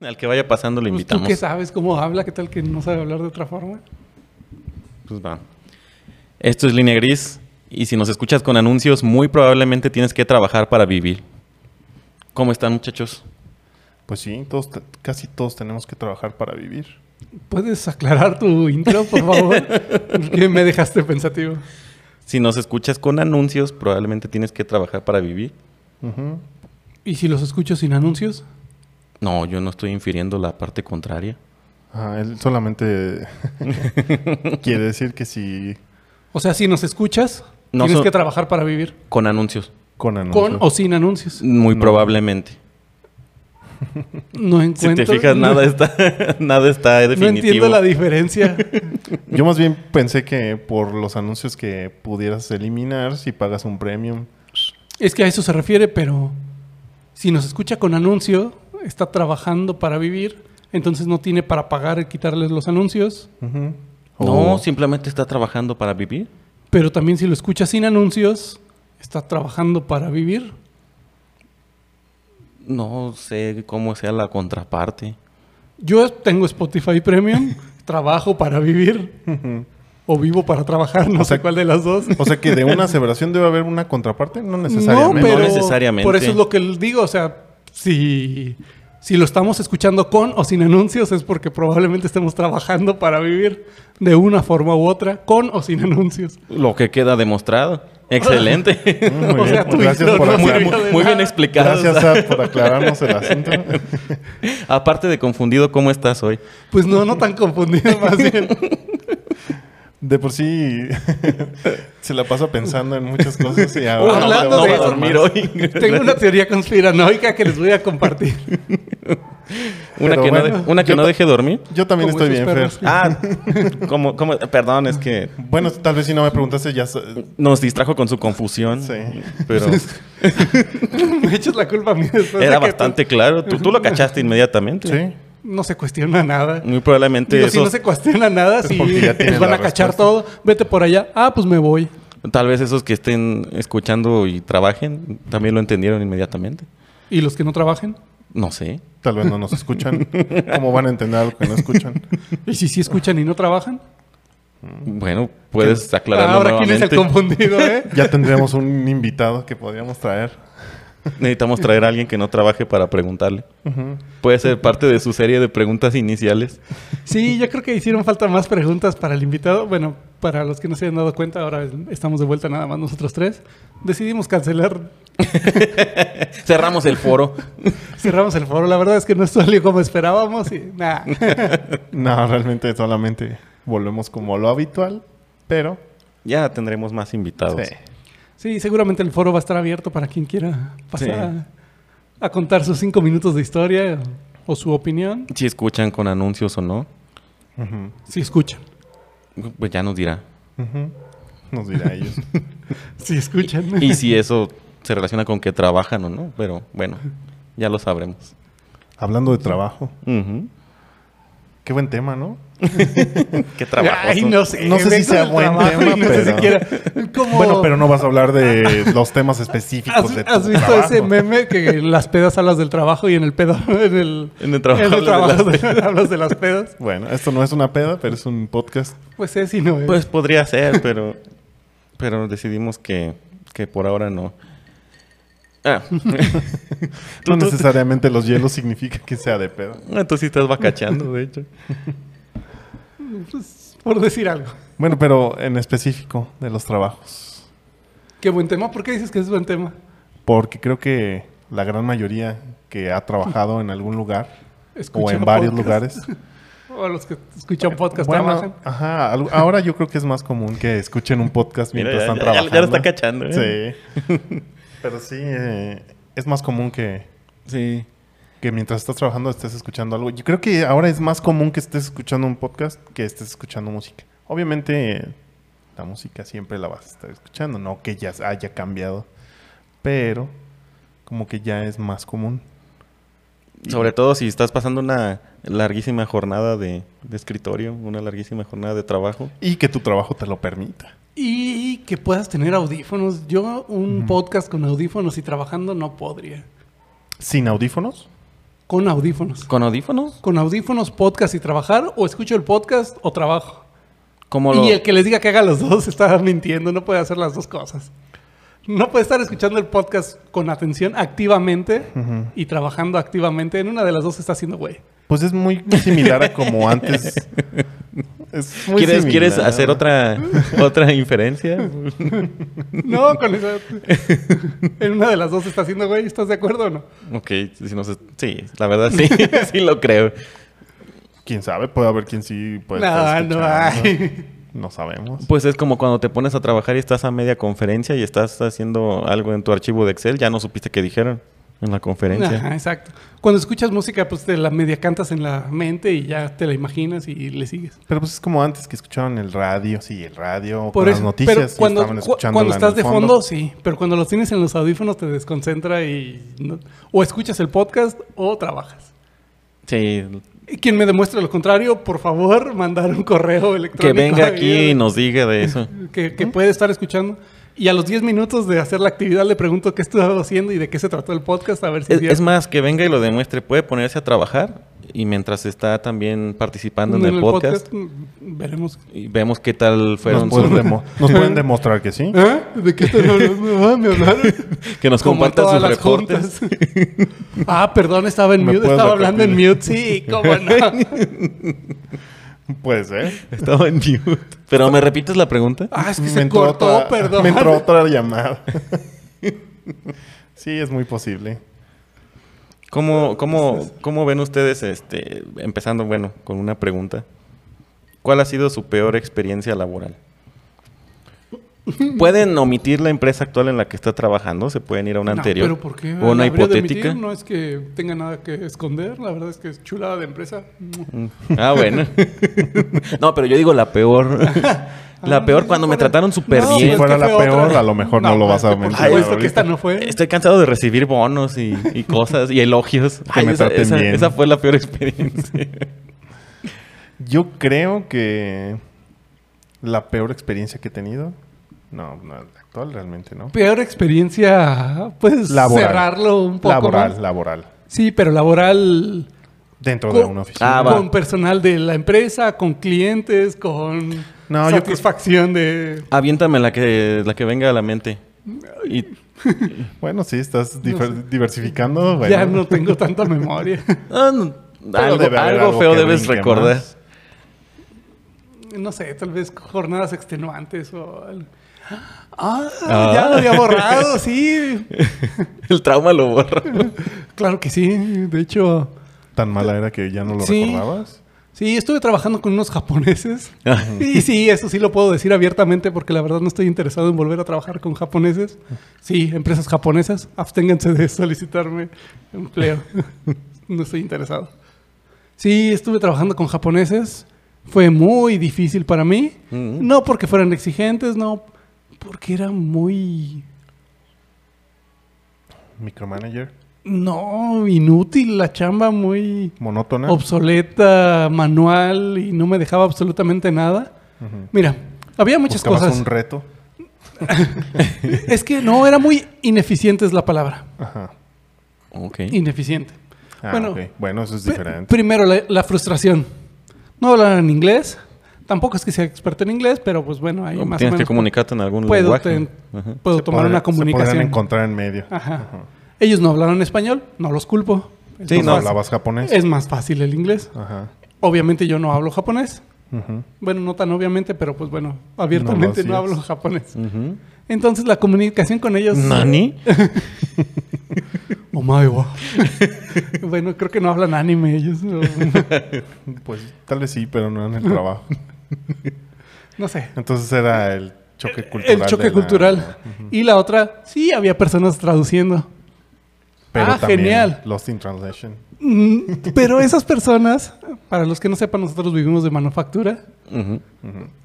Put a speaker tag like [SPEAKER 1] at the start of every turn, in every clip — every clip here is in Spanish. [SPEAKER 1] Al que vaya pasando lo
[SPEAKER 2] Pues, ¿Tú
[SPEAKER 1] invitamos.
[SPEAKER 2] qué sabes cómo habla? ¿Qué tal que no sabe hablar de otra forma?
[SPEAKER 1] Pues va. Esto es Línea Gris y si nos escuchas con anuncios, muy probablemente tienes que trabajar para vivir. ¿Cómo están, muchachos?
[SPEAKER 3] Pues sí, todos te- casi todos tenemos que trabajar para vivir.
[SPEAKER 2] ¿Puedes aclarar tu intro, por favor? Porque me dejaste pensativo.
[SPEAKER 1] Si nos escuchas con anuncios, probablemente tienes que trabajar para vivir.
[SPEAKER 3] Ujú.
[SPEAKER 2] ¿Y si los escucho sin anuncios?
[SPEAKER 1] No, yo no estoy infiriendo la parte contraria.
[SPEAKER 3] Ah, él solamente quiere decir que si
[SPEAKER 2] O sea, si nos escuchas,
[SPEAKER 1] No
[SPEAKER 2] tienes
[SPEAKER 1] son-
[SPEAKER 2] que trabajar para vivir.
[SPEAKER 1] Con anuncios.
[SPEAKER 3] con
[SPEAKER 2] Con
[SPEAKER 3] anuncios.
[SPEAKER 2] o sin anuncios.
[SPEAKER 1] Muy
[SPEAKER 3] No.
[SPEAKER 1] probablemente.
[SPEAKER 2] No
[SPEAKER 1] Si
[SPEAKER 2] encuentro.
[SPEAKER 1] te fijas, nada está, nada está
[SPEAKER 2] No
[SPEAKER 1] definitivo.
[SPEAKER 2] entiendo la diferencia.
[SPEAKER 3] Yo más bien pensé que por los anuncios que pudieras eliminar si pagas un premium.
[SPEAKER 2] es que a eso se refiere, pero si nos escucha con anuncio, está trabajando para vivir, entonces no tiene para pagar y quitarles los anuncios.
[SPEAKER 3] Ujú.
[SPEAKER 1] No,
[SPEAKER 2] Oh.
[SPEAKER 3] O-
[SPEAKER 1] simplemente está trabajando para vivir.
[SPEAKER 2] Pero también si lo escucha sin anuncios, está trabajando para vivir.
[SPEAKER 1] No sé cómo sea la contraparte.
[SPEAKER 2] Yo tengo Spotify Premium, trabajo para vivir
[SPEAKER 3] Ujú.
[SPEAKER 2] o vivo para trabajar, no
[SPEAKER 3] O sea-
[SPEAKER 2] sé cuál de las dos.
[SPEAKER 3] O sea que de una aseveración debe haber una contraparte, no
[SPEAKER 2] No,
[SPEAKER 3] necesariamente.
[SPEAKER 2] pero
[SPEAKER 1] No necesariamente.
[SPEAKER 2] por eso es lo que le digo, o sea, si, si lo estamos escuchando con o sin anuncios es porque probablemente estemos trabajando para vivir de una forma u otra, con o sin anuncios.
[SPEAKER 1] Lo que queda demostrado. Excelente.
[SPEAKER 3] Mm, muy
[SPEAKER 2] o sea,
[SPEAKER 3] bien.
[SPEAKER 2] tu
[SPEAKER 3] Gracias
[SPEAKER 2] intro
[SPEAKER 3] por
[SPEAKER 2] no
[SPEAKER 1] muy,
[SPEAKER 3] aclarar-
[SPEAKER 2] sirvió
[SPEAKER 1] muy-
[SPEAKER 2] de
[SPEAKER 1] muy bien
[SPEAKER 2] nada.
[SPEAKER 1] explicado. o
[SPEAKER 3] Gracias
[SPEAKER 1] sea,
[SPEAKER 3] Zap, por aclararnos el asunto.
[SPEAKER 1] aparte de confundido, ¿cómo estás hoy?
[SPEAKER 2] Pues no, no tan confundido más bien.
[SPEAKER 3] De por sí se la pasa pensando en muchas cosas y ahora
[SPEAKER 1] no,
[SPEAKER 2] Hablando
[SPEAKER 1] no
[SPEAKER 2] de
[SPEAKER 1] va a
[SPEAKER 2] eso,
[SPEAKER 1] dormir
[SPEAKER 3] más.
[SPEAKER 1] hoy.
[SPEAKER 2] Tengo una teoría conspiranoica que les voy a compartir.
[SPEAKER 1] Una
[SPEAKER 3] Pero
[SPEAKER 1] que, no,
[SPEAKER 3] bueno,
[SPEAKER 1] de- una que
[SPEAKER 3] yo
[SPEAKER 1] no
[SPEAKER 3] ta-
[SPEAKER 1] deje dormir.
[SPEAKER 3] Yo también
[SPEAKER 2] Como
[SPEAKER 3] estoy bien,
[SPEAKER 2] esos
[SPEAKER 3] Fer.
[SPEAKER 2] perros.
[SPEAKER 1] Ah, como, como, perdón, es que
[SPEAKER 3] Bueno, tal vez si no me preguntaste ya... sa-
[SPEAKER 1] nos distrajo con su confusión.
[SPEAKER 3] Sí.
[SPEAKER 1] Pero
[SPEAKER 2] Me echas la culpa a mí después de
[SPEAKER 1] era
[SPEAKER 2] que tú-
[SPEAKER 1] bastante claro. Tú, tú lo cachaste inmediatamente.
[SPEAKER 3] Sí.
[SPEAKER 2] No se cuestiona nada.
[SPEAKER 1] Muy probablemente
[SPEAKER 2] Digo, si
[SPEAKER 1] esos,
[SPEAKER 2] no se cuestiona nada, si
[SPEAKER 3] porque ya
[SPEAKER 2] les
[SPEAKER 3] tienes
[SPEAKER 2] van
[SPEAKER 3] la
[SPEAKER 2] a cachar
[SPEAKER 3] respuesta.
[SPEAKER 2] todo, vete por allá. Ah, pues me voy.
[SPEAKER 1] tal vez esos que estén escuchando y trabajen, también lo entendieron inmediatamente.
[SPEAKER 2] ¿Y los que no trabajen?
[SPEAKER 1] No sé.
[SPEAKER 3] Tal vez no nos escuchan. ¿Cómo van a entender algo que no escuchan?
[SPEAKER 2] ¿Y si sí escuchan y no trabajan? ah,
[SPEAKER 1] Bueno, puedes aclararlo
[SPEAKER 2] Ahora, ¿quién es
[SPEAKER 1] nuevamente.
[SPEAKER 2] el confundido, eh?
[SPEAKER 3] Ya tendremos un invitado que podríamos traer.
[SPEAKER 1] Necesitamos traer a alguien que no trabaje para preguntarle.
[SPEAKER 3] Ujú.
[SPEAKER 1] Puede ser parte de su serie de preguntas iniciales.
[SPEAKER 2] Sí, yo creo que hicieron falta más preguntas para el invitado. Bueno, para los que no se hayan dado cuenta, ahora estamos de vuelta nada más nosotros tres. Decidimos cancelar,
[SPEAKER 1] Cerramos el foro.
[SPEAKER 2] cerramos el foro. La verdad es que no salió como esperábamos y nada.
[SPEAKER 3] No, realmente solamente volvemos como lo habitual, pero...
[SPEAKER 1] Ya tendremos más invitados.
[SPEAKER 3] sí.
[SPEAKER 2] Sí, seguramente el foro va a estar abierto para quien quiera pasar a, a contar sus cinco minutos de historia o, o su opinión,
[SPEAKER 1] Si escuchan con anuncios o no,
[SPEAKER 3] Ujú,
[SPEAKER 2] si escuchan.
[SPEAKER 1] pues ya nos dirá.
[SPEAKER 3] ujú. Nos dirá ellos.
[SPEAKER 2] Si escuchan.
[SPEAKER 1] Y si eso se relaciona con que trabajan o no, pero bueno, ya lo sabremos.
[SPEAKER 3] Hablando de trabajo.
[SPEAKER 1] Ujú.
[SPEAKER 3] Qué buen tema, ¿no?
[SPEAKER 1] ¿Qué trabajo?
[SPEAKER 2] Ay, no sé.
[SPEAKER 3] No sé si
[SPEAKER 2] vengo
[SPEAKER 3] sea
[SPEAKER 2] del
[SPEAKER 3] buen
[SPEAKER 2] trabajo
[SPEAKER 3] tema,
[SPEAKER 2] y no sé
[SPEAKER 3] pero-
[SPEAKER 2] siquiera
[SPEAKER 1] Oh.
[SPEAKER 2] cómo-
[SPEAKER 3] Bueno, pero no vas a hablar de los temas específicos
[SPEAKER 2] ¿Has,
[SPEAKER 3] de tu
[SPEAKER 2] has visto
[SPEAKER 3] trabajo.
[SPEAKER 2] ese meme que en las pedas hablas del trabajo y en el pedo en el,
[SPEAKER 1] En el trabajo
[SPEAKER 2] en el
[SPEAKER 1] hablas de
[SPEAKER 2] trabajo hablas de las pedas?
[SPEAKER 3] Bueno, esto no es una peda, pero es un podcast.
[SPEAKER 2] Pues es y no es.
[SPEAKER 1] Pues podría ser, pero, pero decidimos que, que por ahora no. Ah,
[SPEAKER 3] No
[SPEAKER 1] Tú- tú-
[SPEAKER 3] necesariamente los hielos significa que sea de peda.
[SPEAKER 1] ah, tú sí estás vacachando, de hecho.
[SPEAKER 2] por decir algo.
[SPEAKER 3] Bueno, pero en específico de los trabajos.
[SPEAKER 2] Qué buen tema. ¿Por qué dices que es buen tema?
[SPEAKER 3] Porque creo que la gran mayoría que ha trabajado en algún lugar o
[SPEAKER 2] Escucha
[SPEAKER 3] en varios
[SPEAKER 2] podcast.
[SPEAKER 3] lugares.
[SPEAKER 2] O a los que escuchan podcast ¿eh?
[SPEAKER 3] Bueno,
[SPEAKER 2] trabajan.
[SPEAKER 3] ajá, al- ahora yo creo que es más común que escuchen un podcast
[SPEAKER 1] Mira,
[SPEAKER 3] mientras
[SPEAKER 1] ya-
[SPEAKER 3] están
[SPEAKER 1] ya- ya-
[SPEAKER 3] trabajando.
[SPEAKER 1] ya lo está cachando, ¿eh?
[SPEAKER 3] Sí. Pero sí, eh, es más común que,
[SPEAKER 1] Sí.
[SPEAKER 3] que mientras estás trabajando estés escuchando algo. Yo creo que ahora es más común que estés escuchando un podcast que estés escuchando música. Obviamente eh, la música siempre la vas a estar escuchando, no que ya haya cambiado, pero como que ya es más común.
[SPEAKER 1] Sobre todo si estás pasando una larguísima jornada de, de escritorio, una larguísima jornada de trabajo.
[SPEAKER 3] Y que tu trabajo te lo permita.
[SPEAKER 2] Y que puedas tener audífonos. Yo un podcast con audífonos y trabajando no podría.
[SPEAKER 3] ¿Sin audífonos?
[SPEAKER 2] Con audífonos.
[SPEAKER 1] ¿Con audífonos?
[SPEAKER 2] Con audífonos, podcast y trabajar, o escucho el podcast o trabajo.
[SPEAKER 1] Como lo...
[SPEAKER 2] Y el que les diga que haga los dos está mintiendo, no puede hacer las dos cosas. No puede estar escuchando el podcast con atención activamente y trabajando activamente. En una de las dos está haciendo güey.
[SPEAKER 3] Pues es muy similar a como antes. Es muy
[SPEAKER 1] ¿Quieres,
[SPEAKER 3] similar.
[SPEAKER 1] ¿Quieres hacer otra, otra inferencia?
[SPEAKER 2] No, con esa. en una de las dos está haciendo güey. ¿Estás de acuerdo o no?
[SPEAKER 1] ok, si no se- sí, la verdad sí, sí lo creo.
[SPEAKER 3] ¿Quién sabe? Puede haber quien sí puede
[SPEAKER 2] no,
[SPEAKER 3] estar
[SPEAKER 2] no
[SPEAKER 3] Pues escuchando.
[SPEAKER 2] hay.
[SPEAKER 3] No sabemos.
[SPEAKER 1] Pues es como cuando te pones a trabajar y estás a media conferencia y estás haciendo algo en tu archivo de Excel, ya no supiste qué dijeron en la conferencia.
[SPEAKER 2] Ajá, exacto. Cuando escuchas música, pues te la media cantas en la mente y ya te la imaginas y le sigues.
[SPEAKER 3] Pero pues es como antes que escuchaban el radio, sí, el radio,
[SPEAKER 2] Por
[SPEAKER 3] con
[SPEAKER 2] eso,
[SPEAKER 3] las noticias.
[SPEAKER 2] pero
[SPEAKER 3] sí,
[SPEAKER 2] cuando,
[SPEAKER 3] estaban
[SPEAKER 2] cu-
[SPEAKER 3] escuchándola
[SPEAKER 2] cuando
[SPEAKER 3] en
[SPEAKER 2] estás
[SPEAKER 3] el
[SPEAKER 2] de fondo, sí, pero cuando los tienes en los audífonos te desconcentra y no- o escuchas el podcast o trabajas.
[SPEAKER 1] Sí,
[SPEAKER 2] Y Quien me demuestre lo contrario, por favor, mandar un correo
[SPEAKER 1] que
[SPEAKER 2] electrónico.
[SPEAKER 1] venga
[SPEAKER 2] a-
[SPEAKER 1] aquí y nos diga de eso.
[SPEAKER 2] que, que puede estar escuchando. Y a los 10 minutos de hacer la actividad le pregunto qué estuvo haciendo y de qué se trató el podcast, a ver si
[SPEAKER 1] Es,
[SPEAKER 2] cierto.
[SPEAKER 1] es más, que venga y lo demuestre, puede ponerse a trabajar y mientras está también participando en, el, podcast,
[SPEAKER 2] mm, veremos.
[SPEAKER 1] y vemos qué tal
[SPEAKER 3] Nos
[SPEAKER 1] fueron
[SPEAKER 3] pueden,
[SPEAKER 1] sus-
[SPEAKER 3] demo- nos pueden demostrar que sí.
[SPEAKER 2] ¿Ah? ¿De qué están hablando? Ah, me hablaron.
[SPEAKER 1] que nos
[SPEAKER 2] Como
[SPEAKER 1] compartan
[SPEAKER 2] todas
[SPEAKER 1] sus
[SPEAKER 2] las
[SPEAKER 1] reportes.
[SPEAKER 2] juntas. ah, perdón, estaba en
[SPEAKER 3] ¿Me
[SPEAKER 2] mute,
[SPEAKER 3] puedes
[SPEAKER 2] estaba hablando en
[SPEAKER 3] repetir?
[SPEAKER 2] mute, sí, cómo no.
[SPEAKER 3] Puede ser.
[SPEAKER 1] Estaba en mute. Pero me repites la pregunta.
[SPEAKER 2] Ah, es que
[SPEAKER 3] Me
[SPEAKER 2] se
[SPEAKER 3] entró
[SPEAKER 2] cortó,
[SPEAKER 3] otra-
[SPEAKER 2] perdón.
[SPEAKER 3] Me entró otra llamada. sí, es muy posible.
[SPEAKER 1] ¿Cómo, cómo, cómo ven ustedes, este, empezando, bueno, con una pregunta? ¿Cuál ha sido su peor experiencia laboral? ¿Pueden omitir la empresa actual en la que está trabajando? ¿Se pueden ir a una
[SPEAKER 2] No,
[SPEAKER 1] anterior?
[SPEAKER 2] pero ¿por qué?
[SPEAKER 1] ¿O una
[SPEAKER 2] La habría de
[SPEAKER 1] hipotética?
[SPEAKER 2] omitir, no es que tenga nada que esconder, la verdad es que es chulada de empresa.
[SPEAKER 1] Ah, bueno. no, pero yo digo la peor. la
[SPEAKER 2] Ah,
[SPEAKER 1] peor cuando me
[SPEAKER 2] fuera-
[SPEAKER 1] trataron súper
[SPEAKER 2] No,
[SPEAKER 1] bien.
[SPEAKER 3] Si fuera
[SPEAKER 2] es que
[SPEAKER 3] la
[SPEAKER 2] fue
[SPEAKER 3] peor,
[SPEAKER 2] otra.
[SPEAKER 3] a lo mejor no lo
[SPEAKER 2] pues,
[SPEAKER 3] vas a
[SPEAKER 2] que Por
[SPEAKER 3] omitir
[SPEAKER 2] supuesto
[SPEAKER 3] ahorita.
[SPEAKER 2] que esta no fue.
[SPEAKER 1] Estoy cansado de recibir bonos y, y cosas y elogios. Ay,
[SPEAKER 3] me
[SPEAKER 1] esa,
[SPEAKER 3] traten
[SPEAKER 1] esa-
[SPEAKER 3] bien.
[SPEAKER 1] esa fue la peor experiencia.
[SPEAKER 3] Yo creo que la peor experiencia que he tenido. No, no, la actual realmente no.
[SPEAKER 2] Peor experiencia, pues
[SPEAKER 3] Laboral.
[SPEAKER 2] cerrarlo un poco
[SPEAKER 3] Laboral,
[SPEAKER 2] más.
[SPEAKER 3] laboral.
[SPEAKER 2] Sí, pero laboral
[SPEAKER 3] Dentro de
[SPEAKER 2] con,
[SPEAKER 3] una oficina.
[SPEAKER 1] Ah, va.
[SPEAKER 2] con personal de la empresa, con clientes, con
[SPEAKER 3] No, yo creo-
[SPEAKER 2] satisfacción de...
[SPEAKER 1] Aviéntame la que, la que venga a la mente. Y
[SPEAKER 3] Bueno, sí, estás difer- diversificando. Bueno.
[SPEAKER 2] Ya no tengo tanta memoria.
[SPEAKER 1] ah, no,
[SPEAKER 3] Pero
[SPEAKER 1] algo,
[SPEAKER 3] debe haber
[SPEAKER 1] algo
[SPEAKER 3] algo
[SPEAKER 1] feo
[SPEAKER 3] que
[SPEAKER 1] debes
[SPEAKER 3] brinque
[SPEAKER 1] recordar.
[SPEAKER 3] más.
[SPEAKER 2] No sé, tal vez jornadas extenuantes o... algo. Ah,
[SPEAKER 1] Ah.
[SPEAKER 2] ya lo había borrado, sí.
[SPEAKER 1] El trauma lo borra.
[SPEAKER 2] Claro que sí, de hecho...
[SPEAKER 3] Tan mala era que ya no lo
[SPEAKER 2] Sí.
[SPEAKER 3] recordabas.
[SPEAKER 2] Sí, estuve trabajando con unos japoneses.
[SPEAKER 1] Ah.
[SPEAKER 2] Y sí, eso sí lo puedo decir abiertamente porque la verdad no estoy interesado en volver a trabajar con japoneses. Sí, empresas japonesas, absténganse de solicitarme empleo. No estoy interesado. Sí, estuve trabajando con japoneses. Fue muy difícil para mí.
[SPEAKER 1] Mm.
[SPEAKER 2] No porque fueran exigentes, no porque era muy...
[SPEAKER 3] Micromanager,
[SPEAKER 2] No, inútil la chamba, muy...
[SPEAKER 3] monótona.
[SPEAKER 2] obsoleta, manual y no me dejaba absolutamente nada.
[SPEAKER 3] Ujú.
[SPEAKER 2] Mira, había muchas
[SPEAKER 3] Buscabas
[SPEAKER 2] cosas.
[SPEAKER 3] un reto.
[SPEAKER 2] Es que no, era muy ineficiente es la palabra.
[SPEAKER 3] Ajá.
[SPEAKER 1] Ok.
[SPEAKER 2] Ineficiente.
[SPEAKER 3] Ah,
[SPEAKER 2] Bueno,
[SPEAKER 3] ok. bueno, eso es
[SPEAKER 2] Pe-
[SPEAKER 3] diferente.
[SPEAKER 2] Primero, la, la frustración. No hablar en inglés. Tampoco es que sea experto en inglés, pero pues bueno, ahí más o
[SPEAKER 1] Tienes que
[SPEAKER 2] menos
[SPEAKER 1] comunicarte en algún
[SPEAKER 2] puedo,
[SPEAKER 1] lenguaje.
[SPEAKER 2] ten-
[SPEAKER 1] Ajá.
[SPEAKER 2] puedo
[SPEAKER 3] Se
[SPEAKER 2] tomar
[SPEAKER 3] podrán-
[SPEAKER 2] una
[SPEAKER 3] Se podrán
[SPEAKER 2] comunicación. Ah,
[SPEAKER 3] encontrar en medio.
[SPEAKER 2] Ajá. Ellos no hablaron español, no los culpo. Es
[SPEAKER 1] Sí,
[SPEAKER 2] más
[SPEAKER 3] no
[SPEAKER 2] fácil-
[SPEAKER 3] hablabas japonés.
[SPEAKER 2] Es más fácil el inglés.
[SPEAKER 3] Ajá.
[SPEAKER 2] Obviamente yo no hablo japonés.
[SPEAKER 3] Ujú.
[SPEAKER 2] Bueno, no tan obviamente, pero pues bueno, abiertamente no,
[SPEAKER 3] hacías.
[SPEAKER 2] hablo japonés.
[SPEAKER 1] Ujú.
[SPEAKER 2] Entonces la comunicación con ellos.
[SPEAKER 1] ¿Nani?
[SPEAKER 2] Oh my wow. bueno, creo que no hablan anime ellos. No,
[SPEAKER 3] Pues tal vez sí, pero no en el trabajo.
[SPEAKER 2] no sé.
[SPEAKER 3] Entonces era el choque cultural.
[SPEAKER 2] El choque
[SPEAKER 3] de la-
[SPEAKER 2] cultural. Y la otra, sí, había personas traduciendo.
[SPEAKER 3] Pero
[SPEAKER 2] Ah,
[SPEAKER 3] también
[SPEAKER 2] genial.
[SPEAKER 3] Lost in Translation.
[SPEAKER 2] Mm, Pero esas personas, para los que no sepan, nosotros vivimos de manufactura.
[SPEAKER 1] Ujú.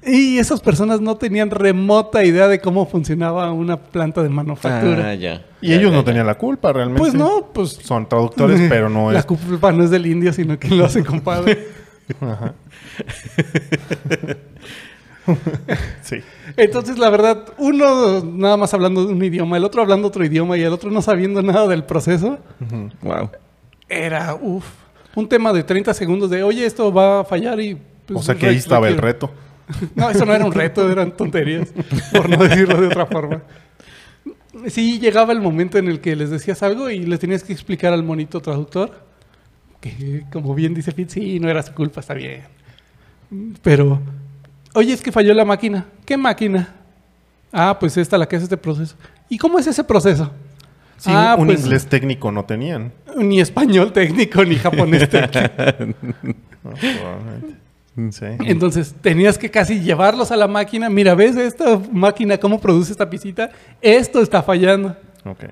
[SPEAKER 2] Y esas personas no tenían remota idea de cómo funcionaba una planta de manufactura.
[SPEAKER 1] Ah, ya.
[SPEAKER 3] Y
[SPEAKER 1] Ya,
[SPEAKER 3] ellos
[SPEAKER 1] ya,
[SPEAKER 3] no
[SPEAKER 1] ya.
[SPEAKER 3] tenían la culpa realmente.
[SPEAKER 2] pues no, pues
[SPEAKER 3] Son traductores, pero no
[SPEAKER 2] La
[SPEAKER 3] es.
[SPEAKER 2] culpa no es del indio, sino que lo hace compadre.
[SPEAKER 3] Sí.
[SPEAKER 2] Entonces, la verdad, uno nada más hablando de un idioma, el otro hablando otro idioma y el otro no sabiendo nada del proceso,
[SPEAKER 1] Wow.
[SPEAKER 2] era, uff, un tema de 30 segundos de, oye, esto va a fallar y... pues,
[SPEAKER 3] O sea que ahí
[SPEAKER 2] re-
[SPEAKER 3] estaba el
[SPEAKER 2] requiere-
[SPEAKER 3] reto.
[SPEAKER 2] No, eso no era un reto, eran tonterías, por no decirlo de otra forma. Sí, llegaba el momento en el que les decías algo y les tenías que explicar al monito traductor, que como bien dice Fit, sí, no era su culpa, está bien. Pero, oye, es que falló la máquina. ¿Qué máquina? Ah, pues esta, la que hace este proceso. ¿Y cómo es ese proceso?
[SPEAKER 3] Sí,
[SPEAKER 2] ah,
[SPEAKER 3] un
[SPEAKER 2] pues
[SPEAKER 3] inglés técnico no tenían.
[SPEAKER 2] ni español técnico, ni japonés técnico.
[SPEAKER 3] ¿no? Probablemente.
[SPEAKER 2] Mm.
[SPEAKER 3] Sí.
[SPEAKER 2] Entonces tenías que casi llevarlos a la máquina. Mira, ¿ves esta máquina cómo produce esta pisita? Esto está fallando.
[SPEAKER 3] Ok.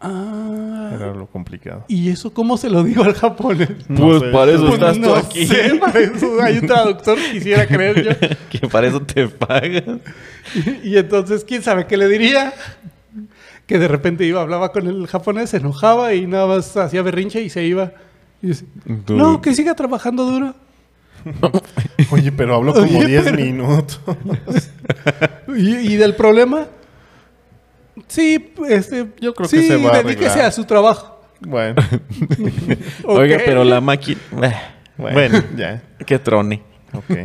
[SPEAKER 2] Ah,
[SPEAKER 3] Era lo complicado.
[SPEAKER 2] ¿y eso cómo se lo digo al japonés?
[SPEAKER 3] No
[SPEAKER 1] pues
[SPEAKER 3] sé.
[SPEAKER 1] para eso
[SPEAKER 2] Pues,
[SPEAKER 1] estás tú
[SPEAKER 2] no
[SPEAKER 1] aquí.
[SPEAKER 2] sé, para eso hay un traductor, quisiera creer yo.
[SPEAKER 1] que para eso te pagan.
[SPEAKER 2] Y entonces, ¿quién sabe qué le diría? Que de repente iba, hablaba con el japonés, se enojaba y nada más hacía berrinche y se iba. Y dice,
[SPEAKER 1] Tú-
[SPEAKER 2] no, que siga trabajando duro.
[SPEAKER 3] Oye, pero hablo como
[SPEAKER 2] Oye,
[SPEAKER 3] 10
[SPEAKER 2] pero-
[SPEAKER 3] minutos.
[SPEAKER 2] ¿Y, y del problema? Sí, este,
[SPEAKER 3] Yo creo que
[SPEAKER 2] sí,
[SPEAKER 3] se va a
[SPEAKER 2] dedíquese
[SPEAKER 3] arreglar.
[SPEAKER 2] a su trabajo.
[SPEAKER 3] Bueno,
[SPEAKER 1] Oiga,
[SPEAKER 2] Ok.
[SPEAKER 1] pero la máquina.
[SPEAKER 3] bueno,
[SPEAKER 1] Bueno,
[SPEAKER 3] ya.
[SPEAKER 1] que trone.
[SPEAKER 3] Ok.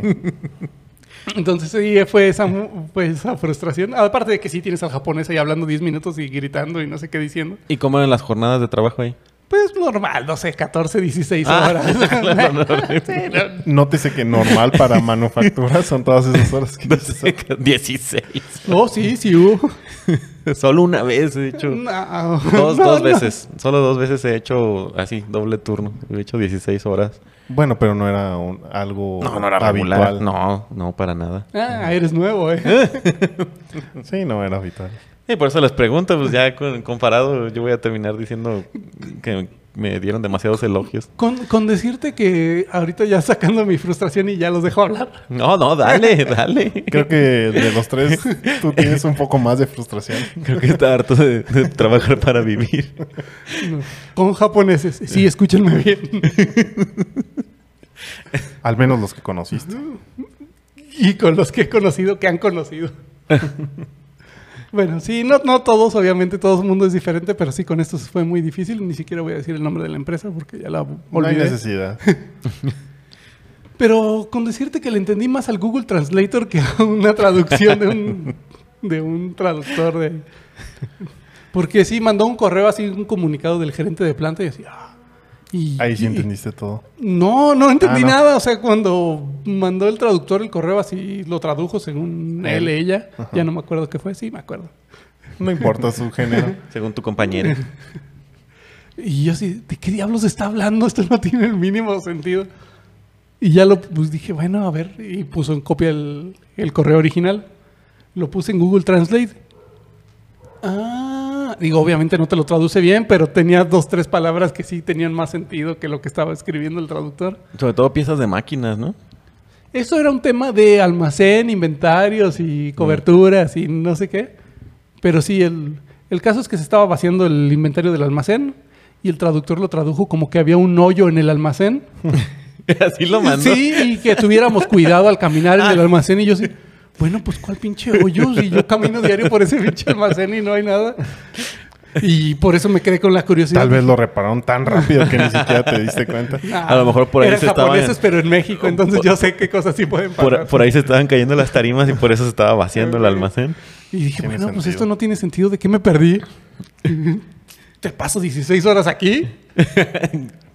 [SPEAKER 2] Entonces sí, fue esa, mu- fue esa frustración. Aparte de que sí tienes al japonés ahí hablando 10 minutos y gritando y no sé qué diciendo.
[SPEAKER 1] ¿Y cómo eran las jornadas de trabajo ahí?
[SPEAKER 2] Pues normal, no sé, 14, 16
[SPEAKER 1] Ah,
[SPEAKER 2] horas.
[SPEAKER 1] claro, no, no.
[SPEAKER 2] Sí, no.
[SPEAKER 3] Nótese que normal para manufactura son todas esas horas que necesitas.
[SPEAKER 1] 16.
[SPEAKER 2] Oh, sí, sí hubo.
[SPEAKER 1] Solo una vez, de hecho.
[SPEAKER 2] No,
[SPEAKER 1] Dos,
[SPEAKER 2] no,
[SPEAKER 1] dos
[SPEAKER 2] no.
[SPEAKER 1] veces. Solo dos veces he hecho así, doble turno. He hecho 16 horas.
[SPEAKER 3] Bueno, pero no era un- algo habitual.
[SPEAKER 1] No, no, para nada.
[SPEAKER 2] Ah, eres nuevo, ¿eh?
[SPEAKER 3] Sí, no era habitual.
[SPEAKER 1] Y por eso les pregunto, pues ya con- comparado, yo voy a terminar diciendo que me dieron demasiados elogios.
[SPEAKER 2] Con, con decirte que ahorita ya sacando mi frustración y ya los dejo hablar.
[SPEAKER 1] No, no, dale, dale.
[SPEAKER 3] Creo que de los tres tú tienes un poco más de frustración.
[SPEAKER 1] Creo que está harto de, de trabajar para vivir.
[SPEAKER 2] No. Con japoneses. Sí,
[SPEAKER 1] Eh.
[SPEAKER 2] escúchenme bien.
[SPEAKER 3] Al menos los que conociste.
[SPEAKER 2] Y con los que he conocido, que han conocido. bueno, sí, no, no todos, obviamente todo el mundo es diferente, pero sí con estos fue muy difícil. Ni siquiera voy a decir el nombre de la empresa porque ya la
[SPEAKER 3] No hay
[SPEAKER 2] olvidé.
[SPEAKER 3] necesidad.
[SPEAKER 2] pero con decirte que le entendí más al Google Translator que a una traducción de un, de un traductor de... Porque sí, mandó un correo así, un comunicado del gerente de planta y así... ah, y-
[SPEAKER 3] Ahí sí
[SPEAKER 2] y-
[SPEAKER 3] entendiste todo.
[SPEAKER 2] No, no entendí
[SPEAKER 3] Ah, no.
[SPEAKER 2] nada. O sea, cuando mandó el traductor el correo así, lo tradujo según él,
[SPEAKER 3] Él.
[SPEAKER 2] ella. Ya no me acuerdo qué fue, sí, me acuerdo.
[SPEAKER 3] No importa su género.
[SPEAKER 1] Según tu compañero.
[SPEAKER 2] Y yo así, ¿de qué diablos está hablando? Esto no tiene el mínimo sentido. Y ya lo pues, dije, bueno, a ver, y puso en copia el, el correo original. Lo puse en Google Translate. Ah, digo, obviamente no te lo traduce bien, pero tenía dos, tres palabras que sí tenían más sentido que lo que estaba escribiendo el traductor.
[SPEAKER 1] Sobre todo piezas de máquinas, ¿no?
[SPEAKER 2] Eso era un tema de almacén, inventarios y coberturas y no sé qué. Pero sí, el, el caso es que se estaba vaciando el inventario del almacén y el traductor lo tradujo como que había un hoyo en el almacén.
[SPEAKER 1] Así lo mandó.
[SPEAKER 2] Sí, y que tuviéramos cuidado al caminar en el
[SPEAKER 1] Ah.
[SPEAKER 2] almacén. Y yo sí, bueno, pues ¿cuál pinche hoyo? Si yo camino diario por ese pinche almacén y no hay nada. Y por eso me quedé con la curiosidad.
[SPEAKER 3] Tal vez lo repararon tan rápido que ni siquiera te diste cuenta.
[SPEAKER 2] Ah,
[SPEAKER 1] A lo mejor por ahí
[SPEAKER 2] eran
[SPEAKER 1] se estaban-
[SPEAKER 2] japoneses, pero en México, entonces yo sé qué cosas sí pueden pasar.
[SPEAKER 1] Por, por ahí se estaban cayendo las tarimas y por eso se estaba vaciando el almacén.
[SPEAKER 2] Y dije,
[SPEAKER 3] Tiene
[SPEAKER 2] bueno, pues
[SPEAKER 3] sentido.
[SPEAKER 2] esto no tiene sentido, ¿de qué me perdí? Te paso 16 horas aquí.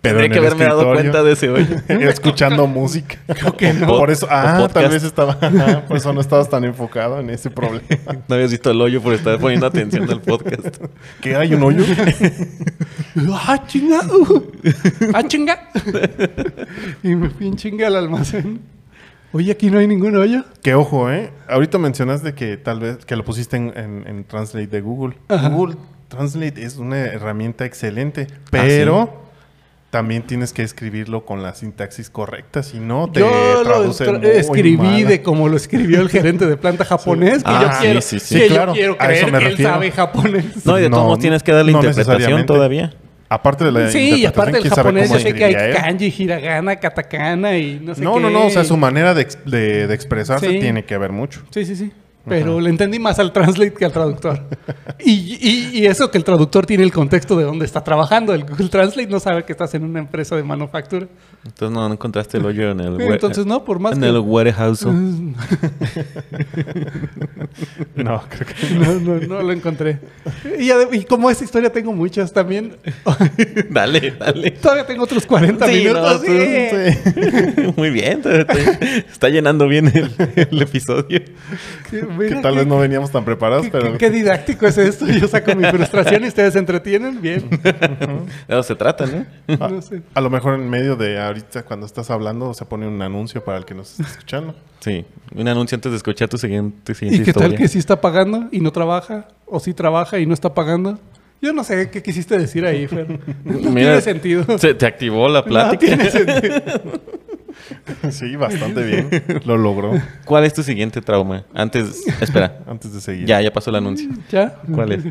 [SPEAKER 3] Pero
[SPEAKER 1] Tendría
[SPEAKER 3] en
[SPEAKER 1] que
[SPEAKER 3] el
[SPEAKER 1] haberme dado
[SPEAKER 3] escritorio,
[SPEAKER 1] cuenta de ese hoyo.
[SPEAKER 3] Escuchando música.
[SPEAKER 2] Creo que no.
[SPEAKER 3] Por eso, ah,
[SPEAKER 1] podcast.
[SPEAKER 3] tal vez estaba, ah, por eso no estabas tan enfocado en ese problema.
[SPEAKER 1] No habías visto el hoyo por estar poniendo atención al podcast.
[SPEAKER 3] ¿Qué hay un hoyo?
[SPEAKER 2] ¡Ah, chinga! Uh. ¡Ah, chinga! y me fui en chinga al almacén. Oye, aquí no hay ningún hoyo.
[SPEAKER 3] Que ojo, ¿eh? Ahorita mencionaste que tal vez que lo pusiste en, en- en Translate de Google.
[SPEAKER 2] Ajá. Ah,
[SPEAKER 3] Google Translate es una herramienta excelente, pero también tienes que escribirlo con la sintaxis correcta, si no te
[SPEAKER 2] Yo lo
[SPEAKER 3] traduce
[SPEAKER 2] tra-
[SPEAKER 3] muy
[SPEAKER 2] escribí
[SPEAKER 3] mal.
[SPEAKER 2] de como lo escribió el gerente de planta japonés, que
[SPEAKER 1] Ah,
[SPEAKER 2] yo
[SPEAKER 1] sí,
[SPEAKER 2] quiero,
[SPEAKER 1] sí, sí.
[SPEAKER 2] que
[SPEAKER 3] Sí, claro,
[SPEAKER 2] yo quiero
[SPEAKER 3] a eso
[SPEAKER 2] creer
[SPEAKER 3] me
[SPEAKER 2] que él
[SPEAKER 3] refiero.
[SPEAKER 2] sabe japonés.
[SPEAKER 1] No, y de
[SPEAKER 3] No,
[SPEAKER 1] todos modos tienes que darle
[SPEAKER 3] no
[SPEAKER 1] interpretación
[SPEAKER 3] necesariamente.
[SPEAKER 1] todavía.
[SPEAKER 3] Aparte de la
[SPEAKER 2] Sí, y aparte del
[SPEAKER 3] interpretación, quién sabe
[SPEAKER 2] japonés,
[SPEAKER 3] cómo
[SPEAKER 2] yo sé que hay
[SPEAKER 3] escribía él.
[SPEAKER 2] kanji, hiragana, katakana y no sé
[SPEAKER 3] No,
[SPEAKER 2] qué.
[SPEAKER 3] no, no, o sea, su manera de, ex- de- de expresarse
[SPEAKER 2] Sí.
[SPEAKER 3] tiene que ver mucho.
[SPEAKER 2] Sí, sí, sí. pero le entendí más al translate que al traductor. Y, y- y eso que el traductor tiene el contexto de dónde está trabajando. El, el translate no sabe que estás en una empresa de manufactura.
[SPEAKER 1] Entonces no, no encontraste el hoyo en el,
[SPEAKER 2] Eh,
[SPEAKER 1] ware-
[SPEAKER 2] Entonces, no, por más
[SPEAKER 1] en
[SPEAKER 2] que...
[SPEAKER 1] el warehouse.
[SPEAKER 3] No, creo que
[SPEAKER 2] No, no, no lo encontré. Y, ade- y como esa historia tengo muchas también,
[SPEAKER 1] dale, dale.
[SPEAKER 2] todavía tengo otros 40
[SPEAKER 1] Sí,
[SPEAKER 2] minutos.
[SPEAKER 1] no, tú-
[SPEAKER 2] sí.
[SPEAKER 1] Muy bien, te- te- está llenando bien el, el episodio.
[SPEAKER 2] Que
[SPEAKER 3] Que
[SPEAKER 2] mira
[SPEAKER 3] tal
[SPEAKER 2] qué-
[SPEAKER 3] vez no veníamos tan preparados,
[SPEAKER 2] qué-
[SPEAKER 3] pero
[SPEAKER 2] qué- qué didáctico es esto. Yo saco mi frustración y ustedes se entretienen. Bien.
[SPEAKER 1] De eso se trata, ¿no?
[SPEAKER 3] Ah.
[SPEAKER 2] No sé.
[SPEAKER 3] a lo mejor en medio de ahorita cuando estás hablando se pone un anuncio para el que nos está escuchando.
[SPEAKER 1] Sí, un anuncio antes de escuchar tu siguiente, siguiente
[SPEAKER 2] ¿Y qué
[SPEAKER 1] historia.
[SPEAKER 2] tal que sí está pagando y no trabaja? ¿O sí trabaja y no está pagando? Yo no sé qué quisiste decir ahí, Fer. No tiene sentido.
[SPEAKER 1] Se, te activó la
[SPEAKER 2] No
[SPEAKER 1] plática.
[SPEAKER 2] tiene sentido.
[SPEAKER 3] Sí, bastante bien. Lo logró
[SPEAKER 1] ¿Cuál es tu siguiente trauma? Antes, espera.
[SPEAKER 3] antes de seguir.
[SPEAKER 1] ya, ya pasó el anuncio.
[SPEAKER 2] ¿Ya?
[SPEAKER 1] ¿Cuál es?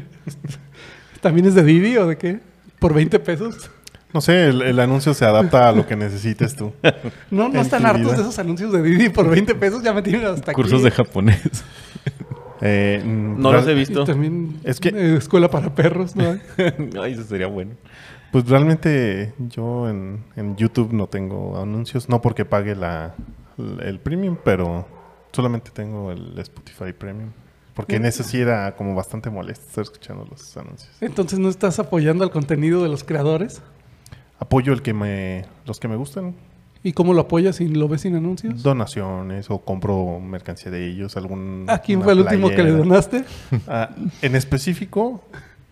[SPEAKER 2] ¿También es de Didi o de qué? ¿Por 20 pesos?
[SPEAKER 3] No sé, el, el anuncio se adapta a lo que necesites tú.
[SPEAKER 2] No, no
[SPEAKER 3] En
[SPEAKER 2] están
[SPEAKER 3] tu
[SPEAKER 2] hartos
[SPEAKER 3] vida.
[SPEAKER 2] de esos anuncios de Didi por 20 pesos. Ya me tienen hasta
[SPEAKER 1] Cursos
[SPEAKER 2] aquí.
[SPEAKER 1] de japonés.
[SPEAKER 3] Eh, mm,
[SPEAKER 1] No los he
[SPEAKER 3] real-
[SPEAKER 1] visto.
[SPEAKER 2] Y también
[SPEAKER 3] Es que-
[SPEAKER 2] eh, escuela para perros, ¿no?
[SPEAKER 1] Ay, eso sería bueno.
[SPEAKER 3] Pues realmente yo en, en YouTube no tengo anuncios, no porque pague la, el premium, pero solamente tengo el Spotify premium. Porque en ese sí era como bastante molesto estar escuchando los anuncios.
[SPEAKER 2] Entonces no estás apoyando al contenido de los creadores.
[SPEAKER 3] Apoyo el que me, los que me gustan,
[SPEAKER 2] ¿Y cómo lo apoyas si lo ves sin anuncios?
[SPEAKER 3] donaciones o compro mercancía de ellos, algún...
[SPEAKER 2] ¿A Ah, quién
[SPEAKER 3] Mm, una
[SPEAKER 2] fue el último que le
[SPEAKER 3] playera.
[SPEAKER 2] donaste?
[SPEAKER 3] Ah, en específico,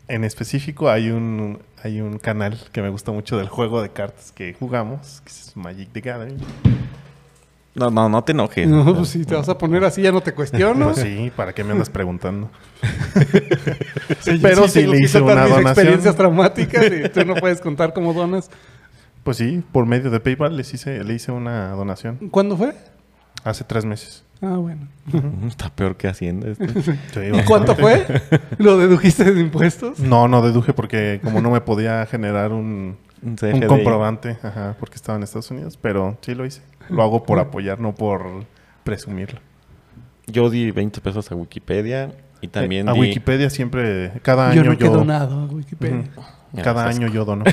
[SPEAKER 3] en específico hay un hay un canal que me gusta mucho del juego de cartas que jugamos, que es Magic the Gathering.
[SPEAKER 1] No, no, no te enojes.
[SPEAKER 2] No, pues si te vas a poner así ya no te cuestiono.
[SPEAKER 3] Pues sí, ¿para qué me andas preguntando?
[SPEAKER 2] Sí, yo
[SPEAKER 3] pero sí
[SPEAKER 2] tengo
[SPEAKER 3] le
[SPEAKER 2] que
[SPEAKER 3] hice
[SPEAKER 2] contar
[SPEAKER 3] una
[SPEAKER 2] mis
[SPEAKER 3] donación.
[SPEAKER 2] experiencias traumáticas y tú no puedes contar cómo donas.
[SPEAKER 3] Pues sí, por medio de PayPal les hice, le hice una donación
[SPEAKER 2] ¿Cuándo fue?
[SPEAKER 3] hace tres meses.
[SPEAKER 2] Ah, bueno.
[SPEAKER 1] Está peor que Hacienda. este. esto.
[SPEAKER 3] Sí,
[SPEAKER 2] ¿Y cuánto
[SPEAKER 3] bastante.
[SPEAKER 2] fue? ¿Lo dedujiste de impuestos?
[SPEAKER 3] No, no deduje porque como no me podía generar un,
[SPEAKER 1] Un,
[SPEAKER 3] un
[SPEAKER 1] CFDI.
[SPEAKER 3] comprobante, ajá, porque estaba en Estados Unidos, pero sí lo hice. Lo hago por apoyar, no por presumirlo.
[SPEAKER 1] Yo di 20 pesos a Wikipedia y también
[SPEAKER 3] a
[SPEAKER 1] di...
[SPEAKER 3] Wikipedia siempre, cada
[SPEAKER 2] yo
[SPEAKER 3] año
[SPEAKER 2] no
[SPEAKER 3] yo,
[SPEAKER 2] quedo nada, Wikipedia.
[SPEAKER 1] Mira,
[SPEAKER 3] cada
[SPEAKER 1] estás-
[SPEAKER 3] año yo dono.